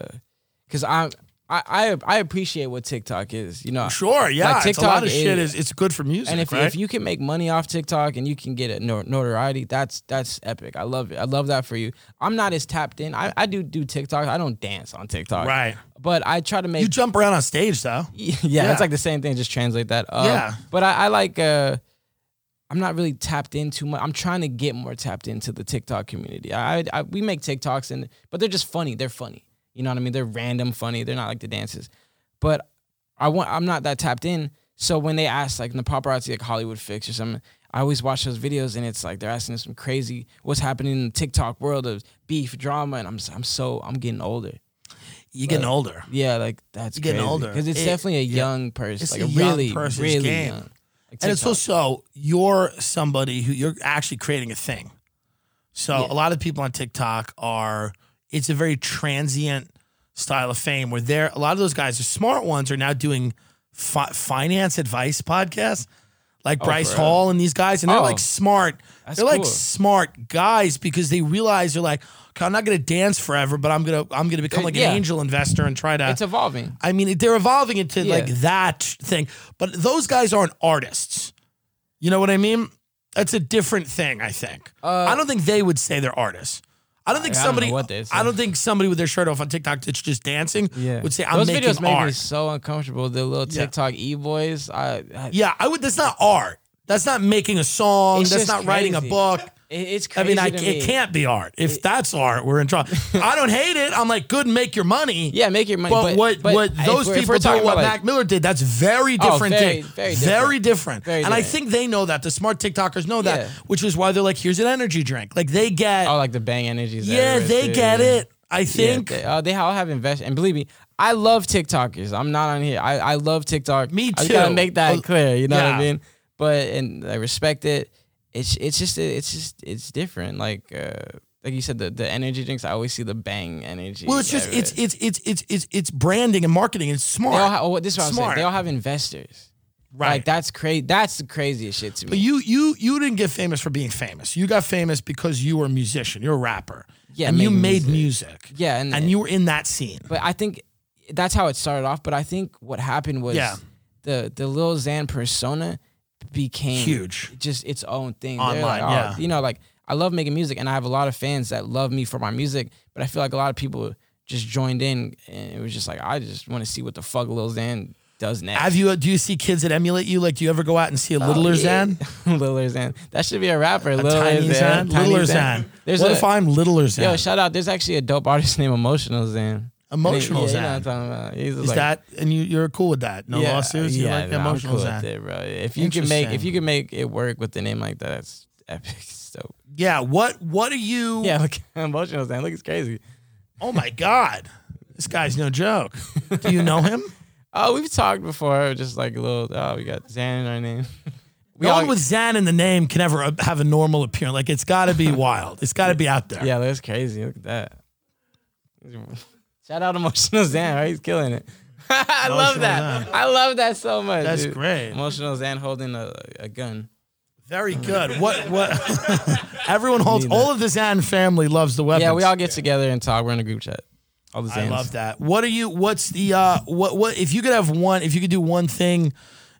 because I I I appreciate what TikTok is. You know,
sure, yeah,
Like,
it's a lot
TikTok
of shit.
is-
Is it's good for music,
and if,
right?
if you can make money off TikTok and you can get a no- notoriety, that's that's epic. I love it. I love that for you. I'm not as tapped in. I, I do do TikTok. I don't dance on TikTok.
Right.
But I try to make
You
[LAUGHS]
jump around on stage though.
yeah,
Yeah.
it's like the same thing. Just translate that. Um,
Yeah.
But I, I like. Uh, I'm not really tapped in too much. I'm trying to get more tapped into the TikTok community. I, I we make TikToks and but they're just funny. They're funny. You know what I mean? They're random funny. They're not like the dances. But I want. I'm not that tapped in. So when they ask like in the paparazzi like Hollywood Fix or something, I always watch those videos and it's like they're asking some crazy what's happening in the TikTok world of beef drama and I'm s- I'm so I'm getting older.
You're getting older.
Yeah, like that's
You're getting
crazy.
older.
because it's
It-
definitely a
yeah.
young person,
It's
like
a
a,
young
really,
person's
really
game.
young. Like
And it's
TikTok.
also you're somebody who you're actually creating a thing. So a lot of people on TikTok are it's a very transient style of fame where they're a lot of those guys, the smart ones, are now doing fi- finance advice podcasts. Like Bryce
Oh, real?
Hall and these guys, and they're
Oh.
like smart.
That's
they're like
cool.
smart guys because they realize they're like, okay, I'm not gonna dance forever, but I'm gonna I'm gonna become
Uh,
like
yeah.
an angel investor and try to
it's evolving.
I mean, they're evolving into
Yeah.
like that thing, but those guys aren't artists. You know what I mean? That's a different thing. I think. I don't think they would say they're artists. I don't think
Uh, I- I don't know
somebody.
what they say.
I don't think somebody with their shirt off on TikTok that's just dancing
Yeah,
would say I'm
those
making
videos make me
art.
so uncomfortable. The little
Yeah.
TikTok e boys. I, I
yeah, I would. That's not art. That's not making a song.
It's
that's
just
not writing a
crazy.
book.
[LAUGHS] it- it's
I
crazy.
mean, I,
to
it
me.
can't be art. If that's art, we're in
[LAUGHS]
trouble. I don't hate it. I'm like, good, make your money.
Yeah, make your money.
But, what what
if
those
we're- if
people
we're
do,
talking
what
about, like-
Mac Miller did, that's very
Oh,
different
very-
thing.
very
Very different.
Very
and I
different.
think they know that. The smart TikTokers know that,
Yeah.
which is why they're like, here's an energy drink. Like they get,
oh, like the bang energies.
yeah,
everywhere,
they
too,
get
yeah.
it. I
Yeah,
think.
they, uh, they all have invest, and believe me, I love TikTokers. I'm not on here. I, I love TikTok.
Me
I just gotta
too.
make that
Oh,
clear. You know what
yeah.
I mean? But and I respect it. It's it's just it's just it's different. Like uh, like you said, the, the energy drinks. I always see the bang energy.
well, it's just
everywhere.
it's it's it's it's it's it's branding and marketing. It's
they
smart.
all ha- oh, this is what I'm saying.
Smart.
They all have investors.
right.
Like that's crazy. That's the craziest shit to me.
But you you you didn't get famous for being famous. You got famous because you were a musician. You're a rapper.
Yeah,
and you made
made
music.
yeah, and,
and you were in that scene.
But I think that's how it started off. But I think what happened was
Yeah.
the the Lil Xan persona became
Huge.
just its own thing. They're
Online,
like, oh,
yeah.
You know, like I love making music, and I have a lot of fans that love me for my music. But I feel like a lot of people just joined in, and it was just like I just want to see what the fuck Lil Xan does next.
Have you? uh, Do you see kids that emulate you? Like, do you ever go out and
Oh,
see a littler Zan?
[LAUGHS] Littler Xan. That should be a rapper.
A
Lil
tiny Zan?
Xan. Tiny
Littler
Xan.
Zan.
There's
what
a,
if I'm littler Zan?
yo shout out. There's actually a dope artist [LAUGHS] named Emotional Xan.
Emotional
yeah, You know what
Zan.
I'm talking about. He's
Is
like,
that and you? You're cool with that? No lawsuits. You like
no, I'm
emotional
cool
Zan?
with it, bro. If you can make if
Interesting.
you can make it work with a name like that, it's epic. [LAUGHS] So
Yeah. What? What are you?
yeah, [LAUGHS] look emotional Zan. Look, it's crazy.
Oh my God. This guy's no joke. Do you know
[LAUGHS]
him?
Oh, we've talked before, just like a little. Oh, we got Zan in our name. [LAUGHS] We
no
all-
one with Zan in the name can ever uh, have a normal appearance. Like it's got to be wild. It's got to be out there.
[LAUGHS] yeah, that's crazy. Look at that. Shout out emotional [LAUGHS] Zan, right? He's killing it. [LAUGHS] I love
Emotional
that.
Zan.
I love that so much.
That's
dude.
great.
Emotional Zan holding a, a gun.
Very good. What? What? [LAUGHS] Everyone holds. All of the Zan family loves the weapons.
Yeah, we all get together and talk. We're in a group chat. All the Zans.
I love that. What are you? What's the uh? What what? If you could have one, if you could do one thing,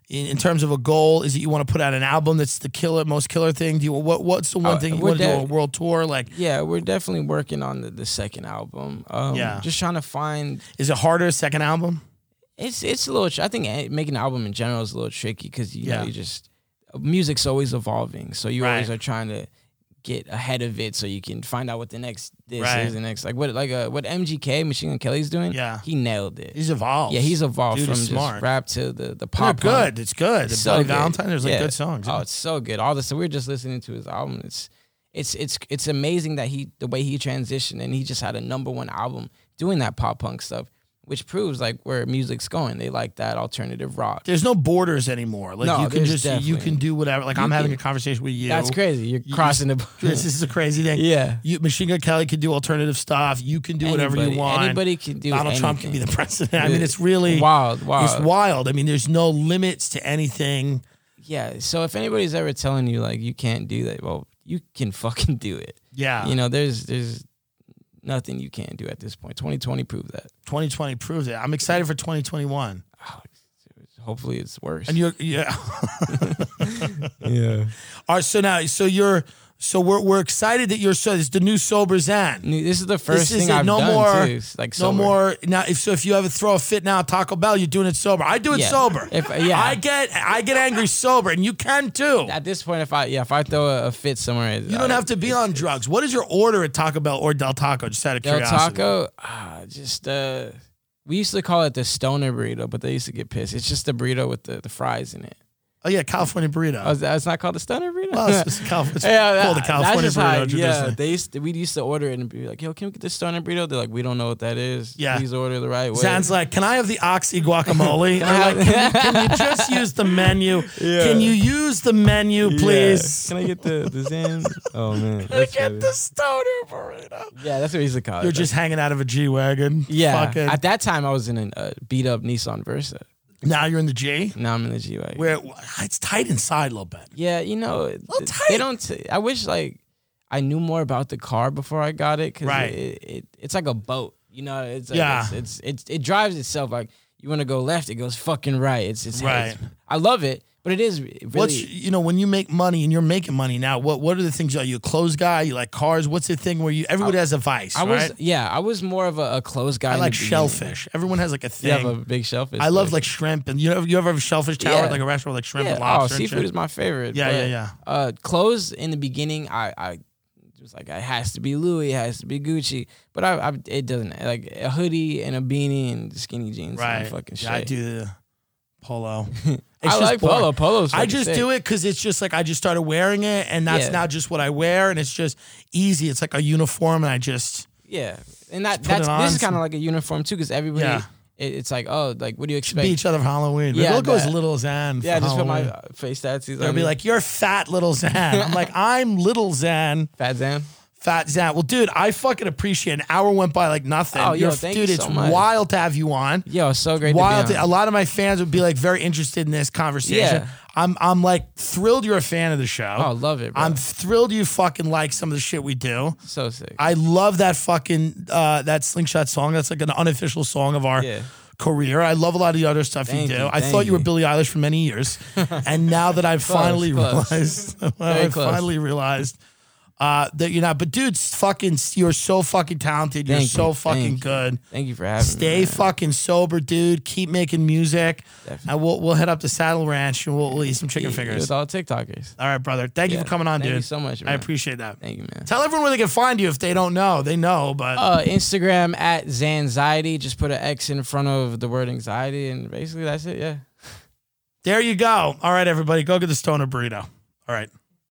in, in terms of a goal, is that you want to put out an album that's the killer, most killer thing? Do you what? What's the one
Uh,
thing you
we're
want to do?
dead.
A world tour? Like,
Yeah, we're definitely working on the, the second album. Um,
Yeah.
just trying to find
is it harder? Second album?
it's it's a little. tr- I think eh, making an album in general is a little tricky because you
Yeah.
know you just music's always evolving, so you always
Right.
are trying to get ahead of it so you can find out what the next this
Right.
is the next like what like uh, what MGK Machine Gun Kelly's doing.
Yeah.
he nailed it.
He's evolved.
yeah, he's evolved
Dude
from
is smart.
just rap to the the
They're
pop. punk.
good. It's good. The Bloody Valentine. There's like
Yeah.
good songs.
Oh, it's so good. All this. We were just listening to his album. It's it's it's it's amazing that he the way he transitioned and he just had a number one album doing that pop punk stuff. which proves like where music's going. They like that alternative rock.
There's no borders anymore. Like
No,
you can
there's
just you
definitely-
can do whatever. Like I'm
You
having a
can-
conversation with you.
That's crazy. You're
You-
crossing the
[LAUGHS] This, is a crazy thing.
[LAUGHS] Yeah.
You, Machine Gun Kelly can do alternative stuff. You can do whatever
Anybody-
you want.
Anybody can do
Donald Trump can be
anything.
the [LAUGHS] president. I mean, it's really
wild, wild.
It's wild. I mean, there's no limits to anything.
Yeah. So if anybody's ever telling you like you can't do that, well, you can fucking do it.
Yeah.
You know, there's there's nothing you can't do at this point. 2020 proved that.
2020 proves it. I'm excited for 2021.
Hopefully, it's worse.
And you're yeah. [LAUGHS]
yeah.
All right. So now, so you're so we're we're excited that you're so it's the new sober Zen.
This is the first
is
thing
it.
I've
No
done
more-
too. It's Like
No
sober.
more now. If so, if you ever throw a fit now, at Taco Bell, you're doing it sober. I do it
Yeah.
sober.
If- yeah.
I get I get angry sober, and you can too.
At this point, if I yeah, if I throw a, a fit somewhere, uh,
You don't have to be on drugs. What is your order at Taco Bell or Del Taco? Just out of
Del
curiosity.
Taco. Ah, just uh, we used to call it the stoner burrito, but they used to get pissed. It's just the burrito with the, the fries in it.
Oh yeah, California burrito.
Oh, is that- it's not called a stoner burrito.
Well, it's,
[LAUGHS]
it's, Cal- it's called the
that-
California
that's just how-
burrito.
yeah,
traditionally.
they used to, we used to order it and be like, "Yo, can we get this stoner burrito?" They're like, "We don't know what that is.
Yeah.
please order the right way."
Sounds like, can I have the oxy
[LAUGHS]
guacamole?
I
Or like,
have-
can, you,
[LAUGHS]
can you just use the menu? Can you use the menu,
Yeah.
please?
Can I get the
[LAUGHS]
the Zan? oh man, that's funny.
stoner burrito.
Yeah, that's what we used to call it.
You're just hanging out of a G wagon.
yeah.
Fucking,
At that time, I was in a uh, beat up Nissan Versa.
now you're in the G.
Now I'm in the G wagon.
Where it's tight inside a little bit.
Yeah, you know, th-
tight.
they don't. t- I wish like I knew more about the car before I got it because
Right.
it, it, it's like a boat. You know, it's like,
Yeah.
it's, it's it's it drives itself. Like you want to go left, it goes fucking right. It's it's
Right.
it's- I love it, but it is really
What's you know when you make money and you're making money now? What what are the things? Are you a clothes guy? You like cars? What's the thing where you? Everybody has a vice,
I was
right?
yeah, I was more of a, a clothes guy.
I
in the
like
beginning.
shellfish. Everyone has like a thing.
You have a big shellfish.
I love
place.
like shrimp and you ever you ever have a shellfish tower
Yeah.
at, like a restaurant with like shrimp
yeah.
and lobster.
Oh,
and
seafood
shit?
is my favorite.
Yeah, yeah,
but,
yeah.
Uh, clothes in the beginning, I, I was like, it has to be Louis, it has to be Gucci, but I, I it doesn't like a hoodie and a beanie and skinny jeans,
right.
And fucking shit.
yeah, I do the
[LAUGHS]
polo.
I like polo. Polo's.
I just do it because it's just like I just started wearing it, and that's
Yeah.
now just what I wear, and it's just easy. It's like a uniform, and I just
Yeah, and that
put
that's
it
this
on
is kind
some-
of like a uniform too, because everybody,
Yeah.
it, it's like, oh, like what do you expect?
beat each other for Halloween.
Yeah,
Yeah, will go as
that-
little as Ann.
yeah, I
for
just put my
Halloween.
uh, face tattoos.
They'll
on
be
me.
like, "You're fat, little Zan." I'm
[LAUGHS]
like, "I'm little Zan,
Fat Zan.
fat Zan." Well, dude, I fucking appreciate. It. An hour went by like nothing.
Oh, yo,
You're-
thank
dude,
you
it's
so much.
wild to have you on.
Yo, so great.
wild.
to be
to-
on.
a lot of my fans would be like very interested in this conversation.
Yeah.
I'm I'm like thrilled you're a fan of the show.
Oh, love it. Bro.
I'm thrilled you fucking like some of the shit we do.
so sick.
I love that fucking uh, that slingshot song. That's like an unofficial song of our
Yeah.
career. I love a lot of the other stuff
Thank
you do.
you,
I
thank
thought you were
you.
Billie Eilish for many
[LAUGHS]
years, and now that I've finally
close.
realized, [LAUGHS]
Very
I
close.
finally realized uh, that you're not. But dude, s- fucking, you're so fucking talented. You're
Thank you,
so fucking
thank you.
good.
Thank you for having
Stay
me. man.
fucking sober, dude. Keep making music,
Definitely.
and we'll we'll head up to Saddle Ranch and we'll, we'll eat some chicken
Yeah,
fingers.
It's
All
all TikTokers.
right, brother. Thank you
Yeah,
for coming on,
thank
dude.
you so much,
I
man.
appreciate that.
Thank you, man.
Tell everyone where they can find you if they don't know. They know, but
Uh, Instagram at Zanxiety. Just put an X in front of the word anxiety, and basically that's it. Yeah.
there you go. All right, everybody, go get the stoner burrito. All right.